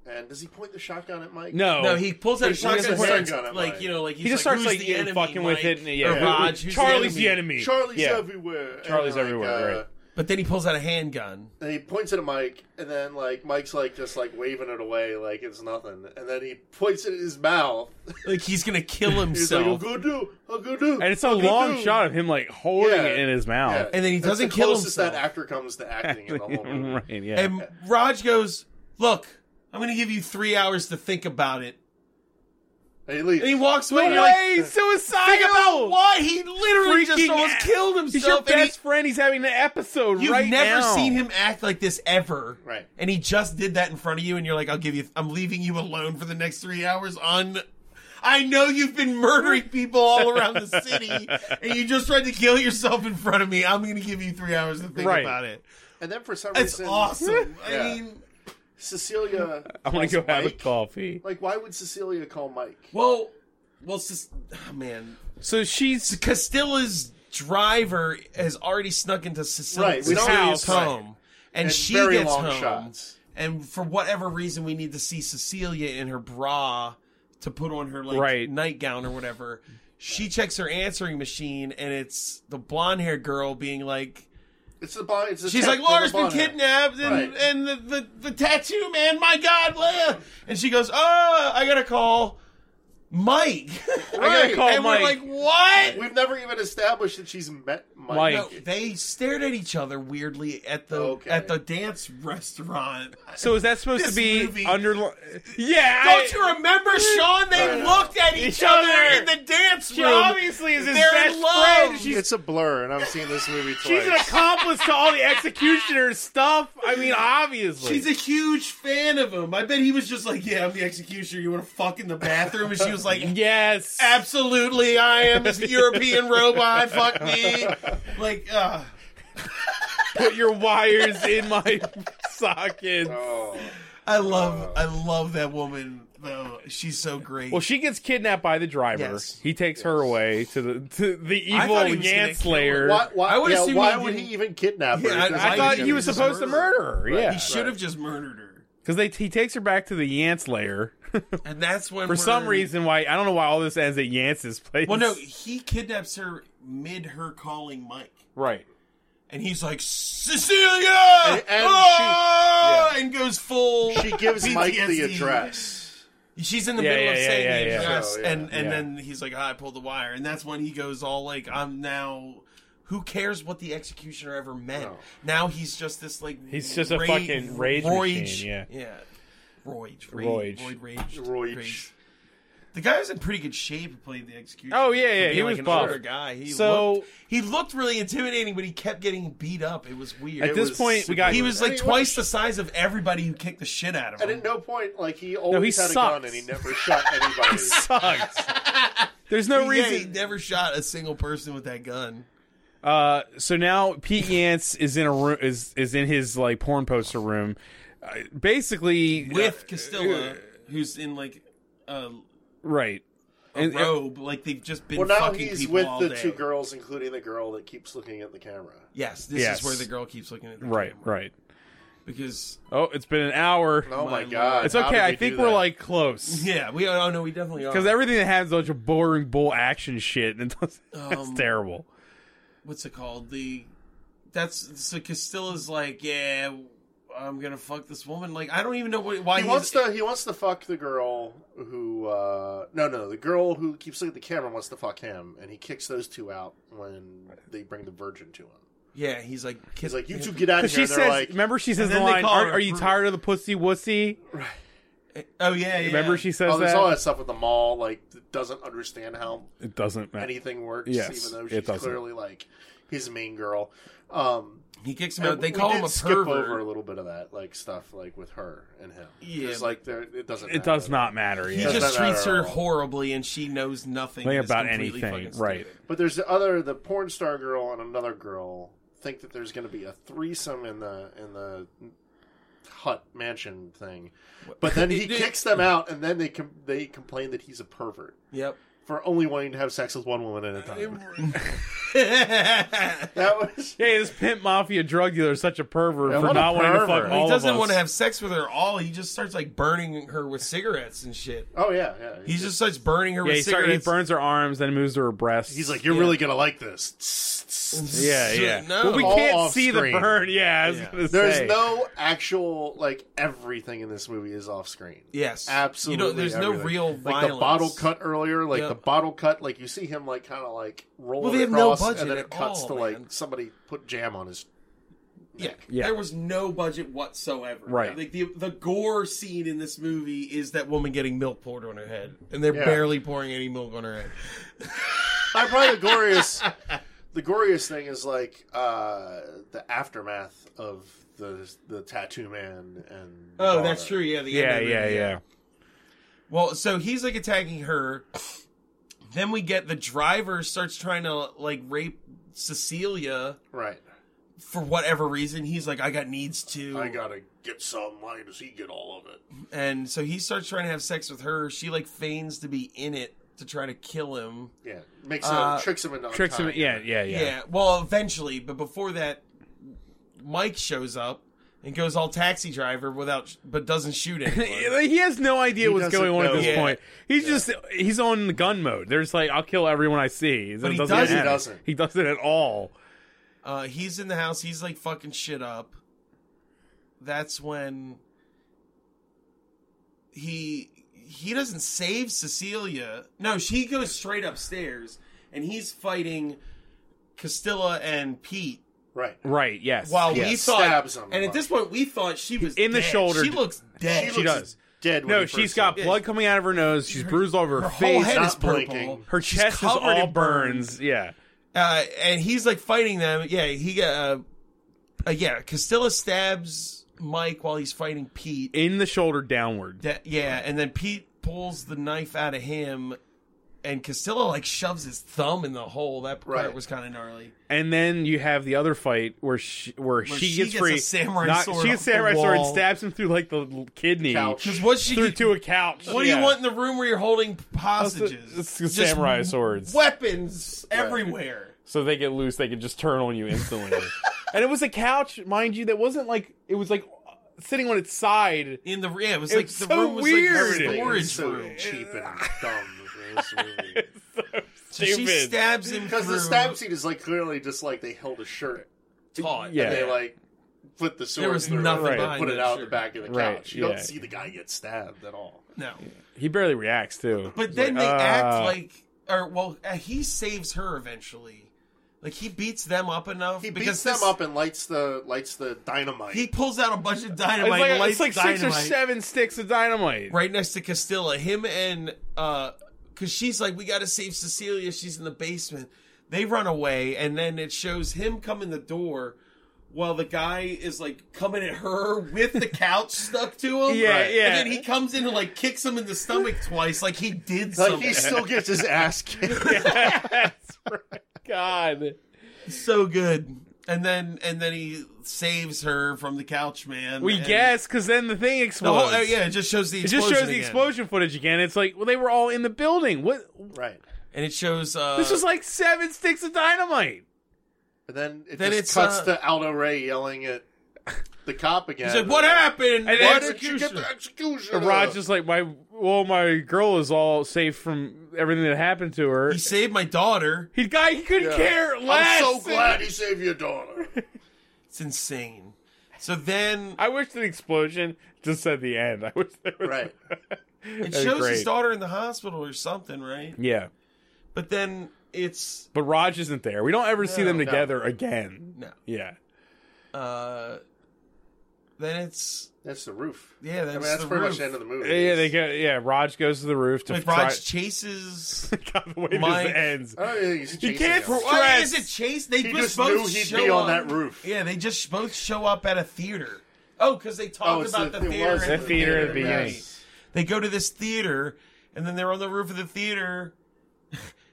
B: and does he point the shotgun at Mike?
F: no,
C: No, he pulls out a
B: He just
C: shotgun, and
B: puts a
C: starts,
B: gun at
C: like
B: Mike.
C: you know, like he's
F: Oh. he just
C: like,
F: starts
C: who's
F: like
C: the
F: yeah,
C: enemy,
F: fucking with
C: Mike?
F: it. and- Yeah,
C: Or Raj, who's
F: Charlie's
C: the enemy?
B: Charlie's
F: yeah.
B: everywhere.
F: Charlie's
B: like, uh,
F: everywhere, right.
C: But then he pulls out a handgun.
B: And he points it at Mike, and then like Mike's like just like waving it away like it's nothing, and then he points it in his mouth.
C: Like he's gonna kill
B: He's like, "I'll
C: himself.
B: go do, I'll go do."
F: And it's a long shot of him like holding
B: Yeah.
F: it in his mouth.
C: And then he
B: That's
C: doesn't
B: the
C: kill
B: closest
C: himself.
B: that actor comes to acting in the whole movie.
F: right, yeah.
C: and Raj goes, "Look, I'm gonna give you three hours to think about it."
B: And he leaves.
C: And he walks away. and you're like,
F: Way suicidal.
C: think about why he literally
F: Freaking
C: just almost
F: a-
C: killed
F: He's your
C: himself. and he-
F: best friend. He's having an episode
C: You've
F: right
C: never
F: now.
C: seen him act like this ever.
B: Right.
C: And he just did that in front of you, and you're like, I'll give you, I'm leaving you alone for the next three hours on. I know you've been murdering people all around the city, and you just tried to kill yourself in front of me. I'm going to give you three hours to think
F: Right.
C: about it.
B: And then for some
C: It's
B: reason,
C: awesome.
B: Yeah.
C: I mean,
B: Cecilia.
F: I want
B: calls
F: to go have a
B: Mike?
F: coffee.
B: Like, why would Cecilia call Mike?
C: Well, well, sis, oh, man,
F: So she's
C: Castilla's driver has already snuck into
B: Right,
C: Cecilia's
B: we don't
C: house
B: see it.
C: home, and,
B: And
C: she
B: very
C: gets
B: long
C: home.
B: shots.
C: And for whatever reason, we need to see Cecilia in her bra to put on her like
F: Right.
C: nightgown or whatever. She checks her answering machine, and it's the blonde-haired girl being like.
B: It's the bond. It's the
C: She's
B: tip
C: like,
B: from the
C: Laura's been
B: bonnet.
C: kidnapped, and,
B: Right.
C: and the, the, the tattoo man, my God, Leia. And she goes, oh, I got to call Mike.
F: gotta call
C: and
F: Mike.
C: we're like, what?
B: We've never even established that she's met Mike.
F: Mike.
C: No, they stared at each other weirdly at the
B: Okay.
C: at the dance restaurant.
F: so is that supposed to
C: This
F: be
C: movie-
F: under? Yeah,
C: Don't you remember, Sean? They looked at each,
F: Each
C: other,
F: other.
C: in the dance
F: She
C: room.
F: obviously is his
C: They're
F: best
C: in love.
F: friend. She's
B: It's a blur, and I've seen this movie twice.
F: She's an accomplice to all the executioner's stuff. I mean, obviously.
C: She's a huge fan of him. I bet he was just like, "Yeah, I'm the executioner. You want to fuck in the bathroom?" And she was like,
F: yes.
C: Absolutely, I am this European robot. Fuck me. Like, uh,
F: Put your wires in my socket.
B: Oh.
C: I love, I love that woman though. She's so great.
F: Well, she gets kidnapped by the driver.
C: Yes.
F: He takes her away to the to the
C: I
F: evil
C: thought he was gonna
F: Yanslayer. slayer.
B: Why, why,
C: I would
B: yeah,
C: assume
B: why
C: he
B: would
C: didn't-
B: he even kidnap her?
C: Yeah,
B: If
C: I
F: I
B: this
F: thought
B: was
F: he was
B: just
F: supposed to murder her.
C: he
F: Yeah,
C: should have just murdered her.
F: because they he takes her back to the Yanslayer
C: And that's when
F: for some
C: we're-
F: reason. Why I don't know why all this ends at Yance's place.
C: Well, no, he kidnaps her mid her calling Mike,
F: right.
C: and he's like Cecilia,
B: And- and
C: Ah! and goes full.
B: She gives Mike the
C: PTSD.
B: address.
C: She's in the
F: Yeah,
C: middle of
F: yeah,
C: saying
F: yeah,
C: the
F: yeah, yeah.
C: address,
B: Oh, yeah.
C: and and
F: Yeah.
C: then he's like, "Ah, "I pulled the wire," and that's when he goes all like, "I'm now." Who cares what the executioner ever meant? Now he's just this like
F: He's just a fucking rage machine, yeah.
C: yeah, rage,
F: Roige.
C: rage, rage, roid, rage,
B: Roige.
C: rage. The guy was in pretty good shape who played the executioner.
F: Oh, yeah,
C: For
F: yeah,
C: being,
F: he
C: like
F: was
C: an
F: buff.
C: older guy. He
F: So-
C: looked, he looked really intimidating, but he kept getting beat up. It was weird.
F: At
C: It
F: this
C: was-
F: point, we got
C: he was
B: I
C: like
B: mean, what-
C: twice the size of everybody who kicked the shit out of him.
B: And at no point, like he always had a
F: sucks.
B: gun and he never shot anybody.
F: sucks. There's no
C: Yeah, he
F: reason.
C: never shot a single person with that gun.
F: Uh, so now Pete Yance is in a room is is in his like porn poster room, uh, basically
C: With Castilla, who's in like a,
F: uh, right.
C: a
F: And-
C: robe, like they've just been
B: well, now
C: fucking
B: he's
C: people
B: with
C: all
B: the
C: day.
B: two girls, including the girl that keeps looking at the camera.
C: Yes, this
F: Yes.
C: is where the girl keeps looking at the
F: Right,
C: camera.
F: right.
C: Because
F: Oh, it's been an hour.
B: Oh
C: My
B: my, god!
C: lord.
F: it's
B: how did
F: okay. I
B: we
F: think
B: do
F: we're
B: that?
F: like close
C: yeah, we oh no, we definitely are.
F: because everything that happens is such a boring bull action shit, and it's, it's
C: Um,
F: terrible.
C: what's it called? The that's so Castilla's like, yeah, I'm gonna fuck this woman. Like I don't even know what, why
B: He
C: he's-
B: wants to. He wants to fuck the girl who. uh No, no, the girl who keeps looking at the camera wants to fuck him, and he kicks those two out when they bring the virgin to him.
C: Yeah, he's like,
B: He's like, "You two get out
F: 'Cause
B: of here."
F: she
B: And they're
F: says,
B: like,
F: remember she says
C: And
F: the
C: then they
F: line,
C: call
F: are,
C: her
F: are you
C: brute."
F: tired of the pussy wussy?
C: oh yeah, yeah.
F: Remember she says
B: "Oh, there's
F: that?
B: all that stuff at the mall. Like, that doesn't understand how
F: It doesn't matter.
B: anything works,
F: Yes,
B: even though
F: it
B: she's
F: doesn't.
B: clearly like his main girl." Um,
C: he kicks him out. They
B: we
C: call
B: did
C: him a
B: skip
C: pervert.
B: over a little bit of that, like stuff like with her and him.
C: Yeah.
B: It's like there, it doesn't.
F: It
B: matter.
F: does not matter.
C: He
F: yeah.
B: Doesn't
C: just
B: matter
C: treats
B: at
C: her
B: all.
C: horribly, and she knows nothing
F: Think
C: and is
F: about
C: completely
F: anything,
C: fucking
F: right?
C: stupid.
B: But there's the other, the porn star girl and another girl think that there's going to be a threesome in the in the hut mansion thing. But then he
C: It- it-
B: kicks them out, and then they com- they complain that he's a pervert
C: Yep.
B: for only wanting to have sex with one woman at a time.
C: he
B: That was
F: Yeah, this pimp mafia drug dealer is such a pervert
B: Yeah,
F: for
B: what a
F: not wanting to fuck
B: pervert. He
F: all of
C: doesn't
F: us.
C: want to have sex with her at all. He just starts like burning her with cigarettes and shit.
B: oh yeah, yeah.
C: He just starts burning her
F: Yeah, he,
C: with
F: start, he
C: cigarettes.
F: burns her arms, then moves to her breast.
B: he's like, you're really going to like this.
F: yeah, yeah.
C: No.
F: Well, we
B: All
F: can't
B: off
F: see the
B: screen.
F: burn. Yeah, I was
C: Yeah.
F: gonna
B: There's
F: say.
B: no actual like everything in this movie is off screen.
C: Yes,
B: Absolutely.
C: You know, there's no
B: everything.
C: real
B: like
C: violence.
B: the bottle cut earlier, like
C: Yeah.
B: the bottle cut, like you see him like kind of like rolling
C: Well, they have no
B: across,
C: budget
B: and then
C: at
B: it cuts
C: all,
B: to like
C: man.
B: somebody put jam on his.
C: Yeah.
F: Yeah.
C: there was no budget whatsoever.
F: Right.
C: like the the gore scene in this movie is that woman getting milk poured on her head, and they're
B: Yeah.
C: barely pouring any milk on her head.
B: I probably the goriest. the goriest thing is like uh the aftermath of the the tattoo man and. the
C: Oh,
B: daughter.
C: that's true. Yeah, the end
F: Yeah,
C: of the
F: yeah,
C: movie,
F: yeah.
C: Well, so he's like attacking her. Then we get the driver starts trying to like rape Cecilia
B: Right.
C: for whatever reason. He's like, I got needs to.
B: I gotta get some. Why does he get all of it?
C: And so he starts trying to have sex with her. She like feigns to be in it to try to kill him.
B: Yeah, makes him
C: Uh,
B: tricks him into
F: Tricks him.
B: untying
F: Yeah, yeah,
C: Yeah.
F: yeah.
C: Well, eventually, but before that, Mike shows up and goes all taxi driver without, but doesn't shoot anyone.
F: He has no idea
B: He
F: what's
B: doesn't
F: going on at
B: know.
F: this
C: Yeah.
F: point. He's just he's on the gun mode. There's like I'll kill everyone I see.
C: But he
F: doesn't
C: doesn't.
F: matter.
B: He doesn't.
F: He doesn't at all.
C: uh, he's in the house. He's like fucking shit up. That's when he he doesn't save Cecilia. No, she goes straight upstairs and he's fighting Castilla and Pete.
B: Right.
F: Right. Yes.
C: While
B: Yeah,
C: we thought,
B: stabs him.
C: and at this point, we thought she was
F: In the
C: dead.
F: shoulder.
C: She looks
B: She,
C: dead.
B: looks
F: She does.
B: dead. when
F: no,
B: he
F: she's
B: first
F: got
B: saw it.
F: blood coming out of her nose. She's bruised all over her,
C: her whole
F: face.
C: head is
B: not
C: purple.
B: blinking.
F: her
C: She's
F: chest is
C: covered
F: all
C: in burns.
F: burns. Yeah.
C: Uh, and he's like fighting them. Yeah, he uh, uh yeah, Castilla stabs Mike while he's fighting Pete.
F: In the shoulder downward.
C: That- yeah, and then Pete pulls the knife out of him, and Castilla like shoves his thumb in the hole. That part
B: Right.
C: was kind of gnarly.
F: And then you have the other fight where she, where, she
C: she
F: gets,
C: gets a
F: free.
C: samurai sword
F: she gets
C: off the
F: samurai sword and
C: wall.
F: stabs him through like the l- kidney
B: Couch.
C: Because what she
F: through to a couch.
C: what do
F: Yeah.
C: you want in the room where you're holding
F: That's the-
C: hostages?
F: it's the
C: Just
F: samurai swords.
C: weapons everywhere.
F: So they get loose, they can just turn on you instantly. and it was a couch, mind you, that wasn't like it was like uh, sitting on its side.
C: In the yeah, it was
F: It's
C: like the
F: so
C: room was
F: weird.
C: like a
B: Everything
C: storage
B: is so
C: room.
B: cheap and dumb. in this movie.
F: So
C: So she stabs him
B: Because the
C: through-
B: stab scene is like clearly just like they held a shirt
C: taut.
F: Yeah.
B: and they like put the sword
C: was
B: through
C: nothing
B: it and
C: behind
B: put it
C: that
B: out
C: shirt.
B: the back of the couch.
F: Right,
B: You
F: yeah.
B: don't see the guy get stabbed at all.
C: No.
F: He barely reacts too.
C: But
F: He's
C: then
F: like,
C: they act
F: "Ah."
C: like, or well, uh, he saves her eventually. Like he beats them up enough.
B: He
C: because
B: beats them
C: this-
B: up and lights the lights the dynamite.
C: He pulls out a bunch of
F: it's
C: dynamite.
F: like,
C: lights
F: it's like six or
C: dynamite
F: seven sticks of dynamite.
C: Right next to Castilla, him and uh, because she's like, we got to save Cecilia. She's in the basement. They run away, and then it shows him come in the door. While the guy is like coming at her with the couch stuck to him,
F: Yeah, yeah.
C: and then he comes in and like kicks him in the stomach twice, like he did
B: like
C: something.
B: he still gets his ass kicked.
F: That's right. God.
C: so good. And then and then he saves her from the couch man.
F: We
C: and
F: guess because then the thing
C: the whole
F: explodes.
C: oh, yeah, it just shows the
F: It
C: explosion
F: just shows the
C: again.
F: explosion footage again. It's like, well, they were all in the building. What?
B: right.
C: and it shows uh,
F: This was like seven sticks of dynamite.
B: And then it
C: Then
B: just
C: it's,
B: cuts
C: uh,
B: to Aldo Ray yelling at the cop again.
C: he's like, what happened?
F: And
C: Why
F: then-
C: did you get the
B: executioner?
C: Uh.
F: And Rod's just like my well, my girl is all safe from everything that happened to her.
C: He saved my daughter.
F: He guy he couldn't care less.
B: I'm so glad he saved your daughter.
C: It's insane. So then
F: I wish the explosion just said the end. I wish there was
B: Right.
C: it
F: be
C: shows his
F: great.
C: daughter in the hospital or something, right?
F: Yeah,
C: But then it's
F: but Raj isn't there. We don't ever see them
B: No, no.
F: together again.
C: no.
F: Yeah,
C: Uh, then it's
B: That's the roof.
C: yeah. Then
B: I mean,
C: it's
B: that's
C: the
B: pretty
C: roof.
B: much the end of the movie.
F: yeah, they go. Yeah, Raj goes to the roof to
C: Like
F: try.
C: Raj chases.
F: God, the way
C: Mike-
F: this ends.
B: I don't think he's
F: You
B: chasing
F: can't
B: him.
F: pro-
C: Why
F: Stress.
C: is it chase? They
B: He
C: just,
B: just
C: both
B: knew he'd
C: show
B: be on
C: up-
B: that roof.
C: Yeah, they just both show up at a theater. Oh, because they
B: Oh,
C: talked
B: it's
C: about
B: the,
C: the,
B: it
C: theater.
B: was
F: The
C: and
F: theater at the
C: theater,
F: beginning.
C: yes. They go to this theater, and then they're on the roof of the theater,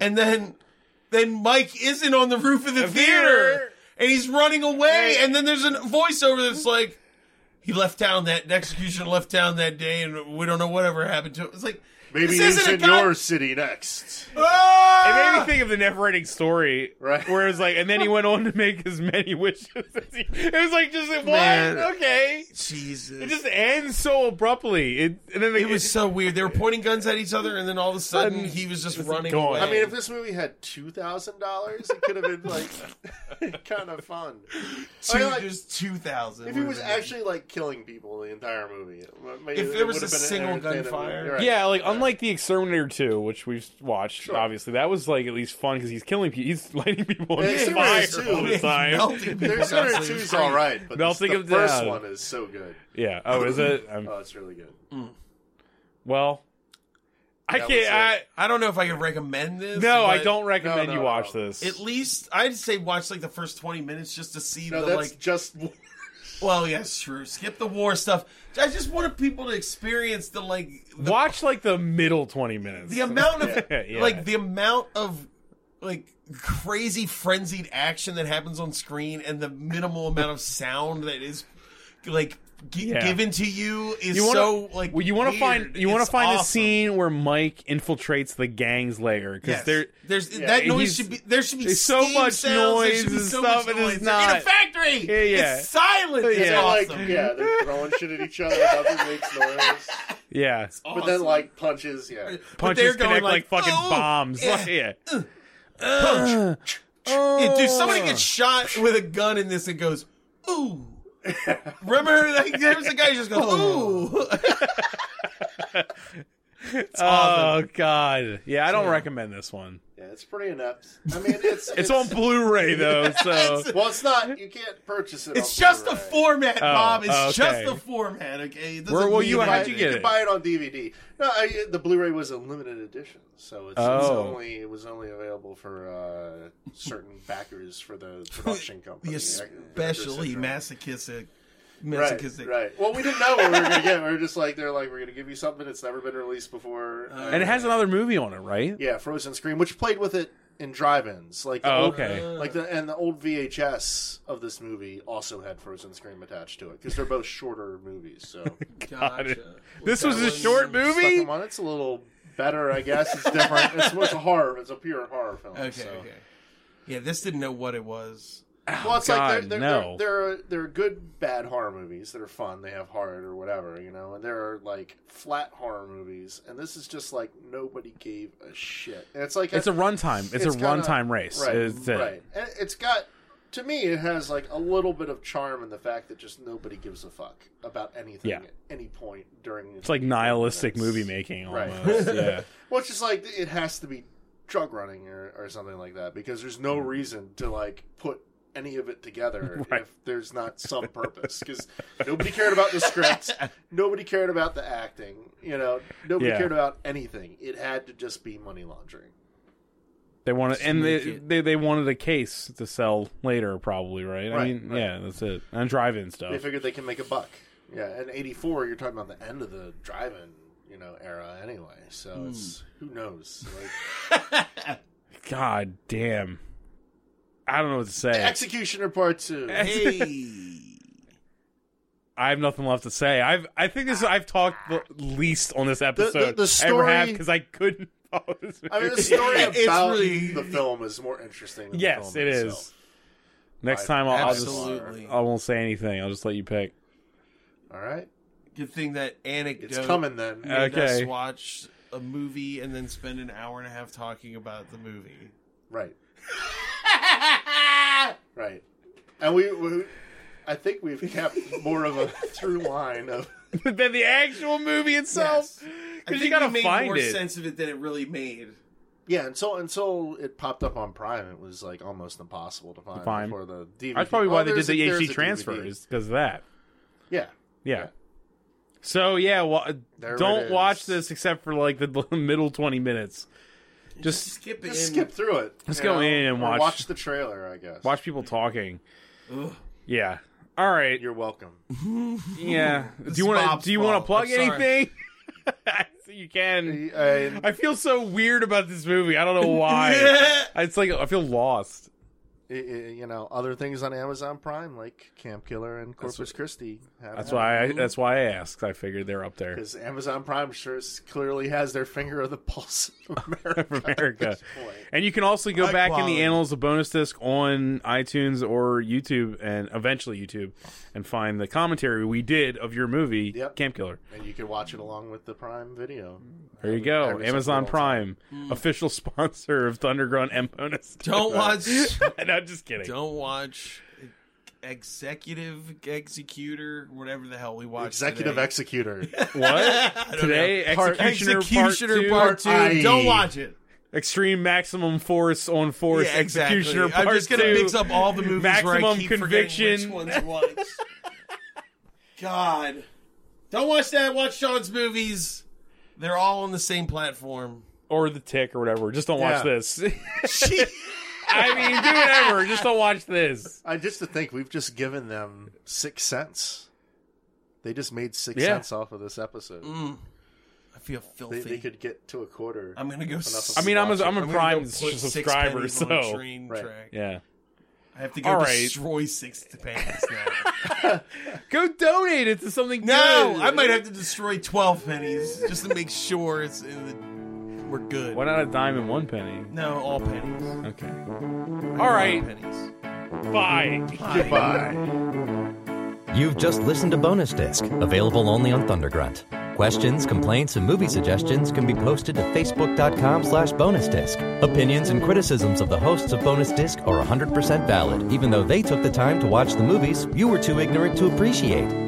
C: and then then Mike isn't on the roof of the,
F: The
C: theater,
F: theater.
C: and he's running away.
F: Right.
C: And then there's a voiceover that's like, "He left town that the executioner left town that day, and we don't know whatever happened to him." It's like
B: Maybe
C: this
B: he's
C: isn't a
B: in
C: god-
B: your city next.
F: It made me
C: Ah!
F: think of the never-ending story,
B: Right.
F: Where it was like, and then he went on to make as many wishes. as he... It was like just like, what?
C: Man.
F: Okay,
C: Jesus.
F: it just ends so abruptly. It and then the,
C: It was so weird. They were pointing guns at each other, and then all of a sudden he was just running
F: gone.
C: away.
B: I mean, if this movie had two thousand dollars, it could have been like kind of fun.
C: two,
B: I mean, like,
C: just two thousand.
B: if he was actually like killing people the entire movie, it m- maybe
C: If
B: it
C: there was
B: would have
C: a
B: been an
C: single
B: entertaining
C: gunfire.
B: movie. Right.
F: Yeah, like unlike the Exterminator 2, which we've watched,
B: Sure.
F: obviously that was like at least fun because he's killing people, he's lighting people on
B: Yeah,
F: fire
B: Exterminator 2.
F: all the time.
B: There's Sinner Two is all right, but this,
F: Melting
B: the uh,
F: of the-
B: first one is so good.
F: yeah. Oh, is it? Um,
B: Oh,
C: Uh,
B: it's really good.
C: Mm.
F: well, I
B: That was
F: can't. I,
C: I don't know if I can recommend this.
F: no, I
C: but
F: don't recommend
B: no,
F: you
B: no,
F: watch
B: no.
F: this.
C: At least I'd say watch like the first twenty minutes just to see
B: No,
C: the
B: that's
C: like.
B: just
C: Well, yes, true. Skip the war stuff. I just wanted people to experience the like the,
F: watch like the middle 20 minutes.
C: the amount of
F: Yeah.
C: like the amount of like crazy frenzied action that happens on screen and the minimal amount of sound that is. like gi-
F: Yeah.
C: given to you is
F: You wanna-
C: so like
F: Well, you want to
C: weird.
F: find you want
C: It's
F: to find
C: awesome.
F: a scene where Mike infiltrates the gang's lair because
C: Yes.
F: they're
C: there's
F: yeah,
C: that
F: he's-
C: noise should be there should be
F: there's so
C: steam
F: much
C: sounds, there
F: noise
C: should be
F: and
C: so
F: stuff,
C: much
F: and it's
C: noise. They're in
F: not.
C: a factory.
F: Yeah, yeah.
C: It's silent. It's
F: Yeah.
B: like
C: awesome.
B: yeah, they're throwing shit at each other. Nothing makes noise,
F: yeah
B: but then like punches. Yeah,
C: But
F: punches
C: they're going
F: connect like, fucking
C: "Oh,
F: bombs
C: yeah."
F: Like, yeah.
C: Yeah, dude, somebody gets shot with a gun in this and goes, ooh. Remember, like, there was a guy who just goes, ooh.
F: oh god yeah I don't recommend this one
B: yeah, it's pretty inept. I mean, it's
F: it's, on Blu-ray though so
C: It's-
B: Well, it's not. You can't purchase it.
C: It's
B: on
C: just the
B: Blu-ray.
C: format, Bob. It's
F: oh,
C: just
F: okay.
C: the format, okay? It doesn't
F: Where will
C: mean
F: you-
B: buy-
F: how'd
C: anything.
F: you get
B: could
F: it?
B: buy it on DVD. No, I, the Blu-ray was a limited edition, so it's, it's
F: Oh.
B: only it was only available for uh, certain backers for the production company,
C: The especially
B: Actors Central.
C: masochistic.
B: Right,
C: Masochistic.
B: right. Well, we didn't know what we were going to get. We were just like, they're like, we're going to give you something that's never been released before. Uh,
F: and it has another movie on it right
B: yeah, Frozen Scream, which played with it in drive-ins, like the
F: Oh,
B: old-
F: okay.
B: like the and the old VHS of this movie also had Frozen Scream attached to it because they're both shorter movies. So
C: Gotcha.
F: this was a
C: one's
F: short
B: stuck
F: movie
B: 'em on. It's a little better, I guess. It's different. it's, it's a horror. It's a pure horror film.
C: Okay,
B: so.
C: okay. Yeah, this didn't know what it was.
B: Well, it's like
F: God,
B: they're, they're,
F: no.
B: they're, they're they're good bad horror movies that are fun. They have heart or whatever, you know. And there are like flat horror movies, and this is just like nobody gave a shit. And it's like
F: it's a runtime it's, a
B: kinda-
F: runtime race
B: right?
F: It's uh, it.
B: right. And it's got to me, it has like a little bit of charm in the fact that just nobody gives a fuck about anything
F: Yeah.
B: at any point during.
F: it's like nihilistic movie making
B: Right.
F: almost yeah
B: Which is like it has to be drug running or, or something like that because there's
F: Mm.
B: no reason to like put any of it together if there's not some purpose because nobody cared about the script nobody cared about the acting you know nobody
F: Yeah.
B: cared about anything it had to just be money laundering
F: They wanted, and they,
C: make it-
F: they they wanted a case to sell later, probably, right? I
B: Right,
F: mean, yeah, that's it. And drive-in stuff.
B: they figured they can make a buck yeah and 84 you're talking about the end of the driving you know era anyway so
F: Hmm.
B: it's who knows like
F: God damn, I don't know what to say.
B: executioner part two
C: Hey.
F: I have nothing left to say. I've I think this I've talked the least on this episode.
B: the
F: I ever have
B: story-
F: because I couldn't. follow this
B: I mean, the
F: movie.
B: story
C: It's
B: about
C: really-
B: the film is more interesting. Than
F: yes,
B: the film
F: it is.
B: itself.
F: Next
B: I-
F: time I'll, I'll just
C: Absolutely.
F: I won't say anything. I'll just let you pick.
B: All right,
C: Good thing that anecdote.
B: it's coming then.
F: Uh,
C: made us
F: Okay.
C: watch a movie and then spend an hour and a half talking about the movie.
B: right, right, and we, we, I think we've kept more of a through line of
F: then the actual movie itself,
C: I
F: because
C: think
F: you gotta
C: we made
F: find
C: more
F: it.
C: sense of it than it really made.
B: yeah. Until until it popped up on Prime, it was like almost impossible to find,
F: find.
B: before the DVD.
F: That's probably why
B: Oh,
F: they did
B: there's
F: the
B: a- there's
F: HD
B: a
F: transfer
B: DVD.
F: is because of that.
B: Yeah,
F: Yeah.
B: Yeah.
F: So yeah, wa-
B: There it
F: don't
B: is.
F: watch this except for like the middle twenty minutes. Just
C: Skip it.
B: just
C: in.
B: skip through it.
F: Let's
B: you
F: go in and
B: or
F: watch-
B: watch the trailer. I guess.
F: watch people talking.
C: Ugh.
F: Yeah. All right.
B: You're welcome.
F: Yeah.
C: This
F: do you want
C: Bob's
F: to? Do you want
C: fault.
F: to plug
C: I'm sorry.
F: anything? you can.
B: uh, And
F: I feel so weird about this movie. I don't know why. It's like I feel lost.
B: i- i- you know other things on Amazon Prime like Camp Killer and Corpus Christi. have
F: That's
B: it.
F: why. I, that's why I asked. I figured they're up there
B: because Amazon Prime sure clearly has their finger of the pulse of America.
F: of America.
B: At this point.
F: And you can also go
C: High
F: back in
C: quality.
F: the annals of bonus disc on iTunes or YouTube and eventually YouTube and find the commentary we did of your movie,
B: Yep.
F: Camp Killer.
B: And you can watch it along with the Prime Video.
F: There you go.
B: Every
F: Amazon
B: single time. Hmm.
F: Prime, official sponsor of Thunderground and bonus. Disc.
C: Don't watch.
F: no, just kidding.
C: don't watch. Executive executor, whatever the hell we watched.
B: Executive
C: today.
B: Executioner.
F: What?
C: I don't
F: Today,
B: Part-
F: Executioner,
C: Executioner
F: Part
C: Part
F: Two,
C: Two.
B: I-
C: Don't watch it.
F: Extreme Maximum Force on Force,
C: Yeah, exactly.
F: Executioner
C: I'm
F: Part
C: just gonna
F: Two.
C: mix up all the movies where I
F: Maximum
C: keep
F: Conviction.
C: forgetting which ones what. God, don't watch that. Watch Sean's movies. They're all on the same platform.
F: or The Tick or whatever. Just don't watch
B: Yeah.
F: this. I mean, do whatever. Just don't watch this.
B: I just to think we've just given them six cents. They just made six
F: Yeah.
B: cents off of this episode.
C: Mm, I feel
B: They,
C: filthy.
B: they could get to a quarter.
C: I'm gonna go.
B: Enough
C: s-
B: of
F: I mean, I'm a,
B: Watch it.
F: I'm a
C: I'm gonna
F: Prime
C: go put six
F: subscriber,
C: pennies on a
F: so
C: train
B: Right.
C: track.
F: yeah.
C: I have to go
F: All right.
C: destroy six pennies now.
F: Go donate it to something.
C: no,
F: good.
C: I might have to destroy twelve pennies just to make sure it's in the, we're good.
F: Why not a dime and one penny?
C: No, all pennies.
F: Okay. All right.
C: pennies.
F: Bye.
B: Goodbye.
A: You've just listened to Bonus Disc, available only on Thundergrunt. Questions, complaints, and movie suggestions can be posted to facebook.com slash bonus disc. Opinions and criticisms of the hosts of Bonus Disc are 100% valid, even though they took the time to watch the movies you were too ignorant to appreciate.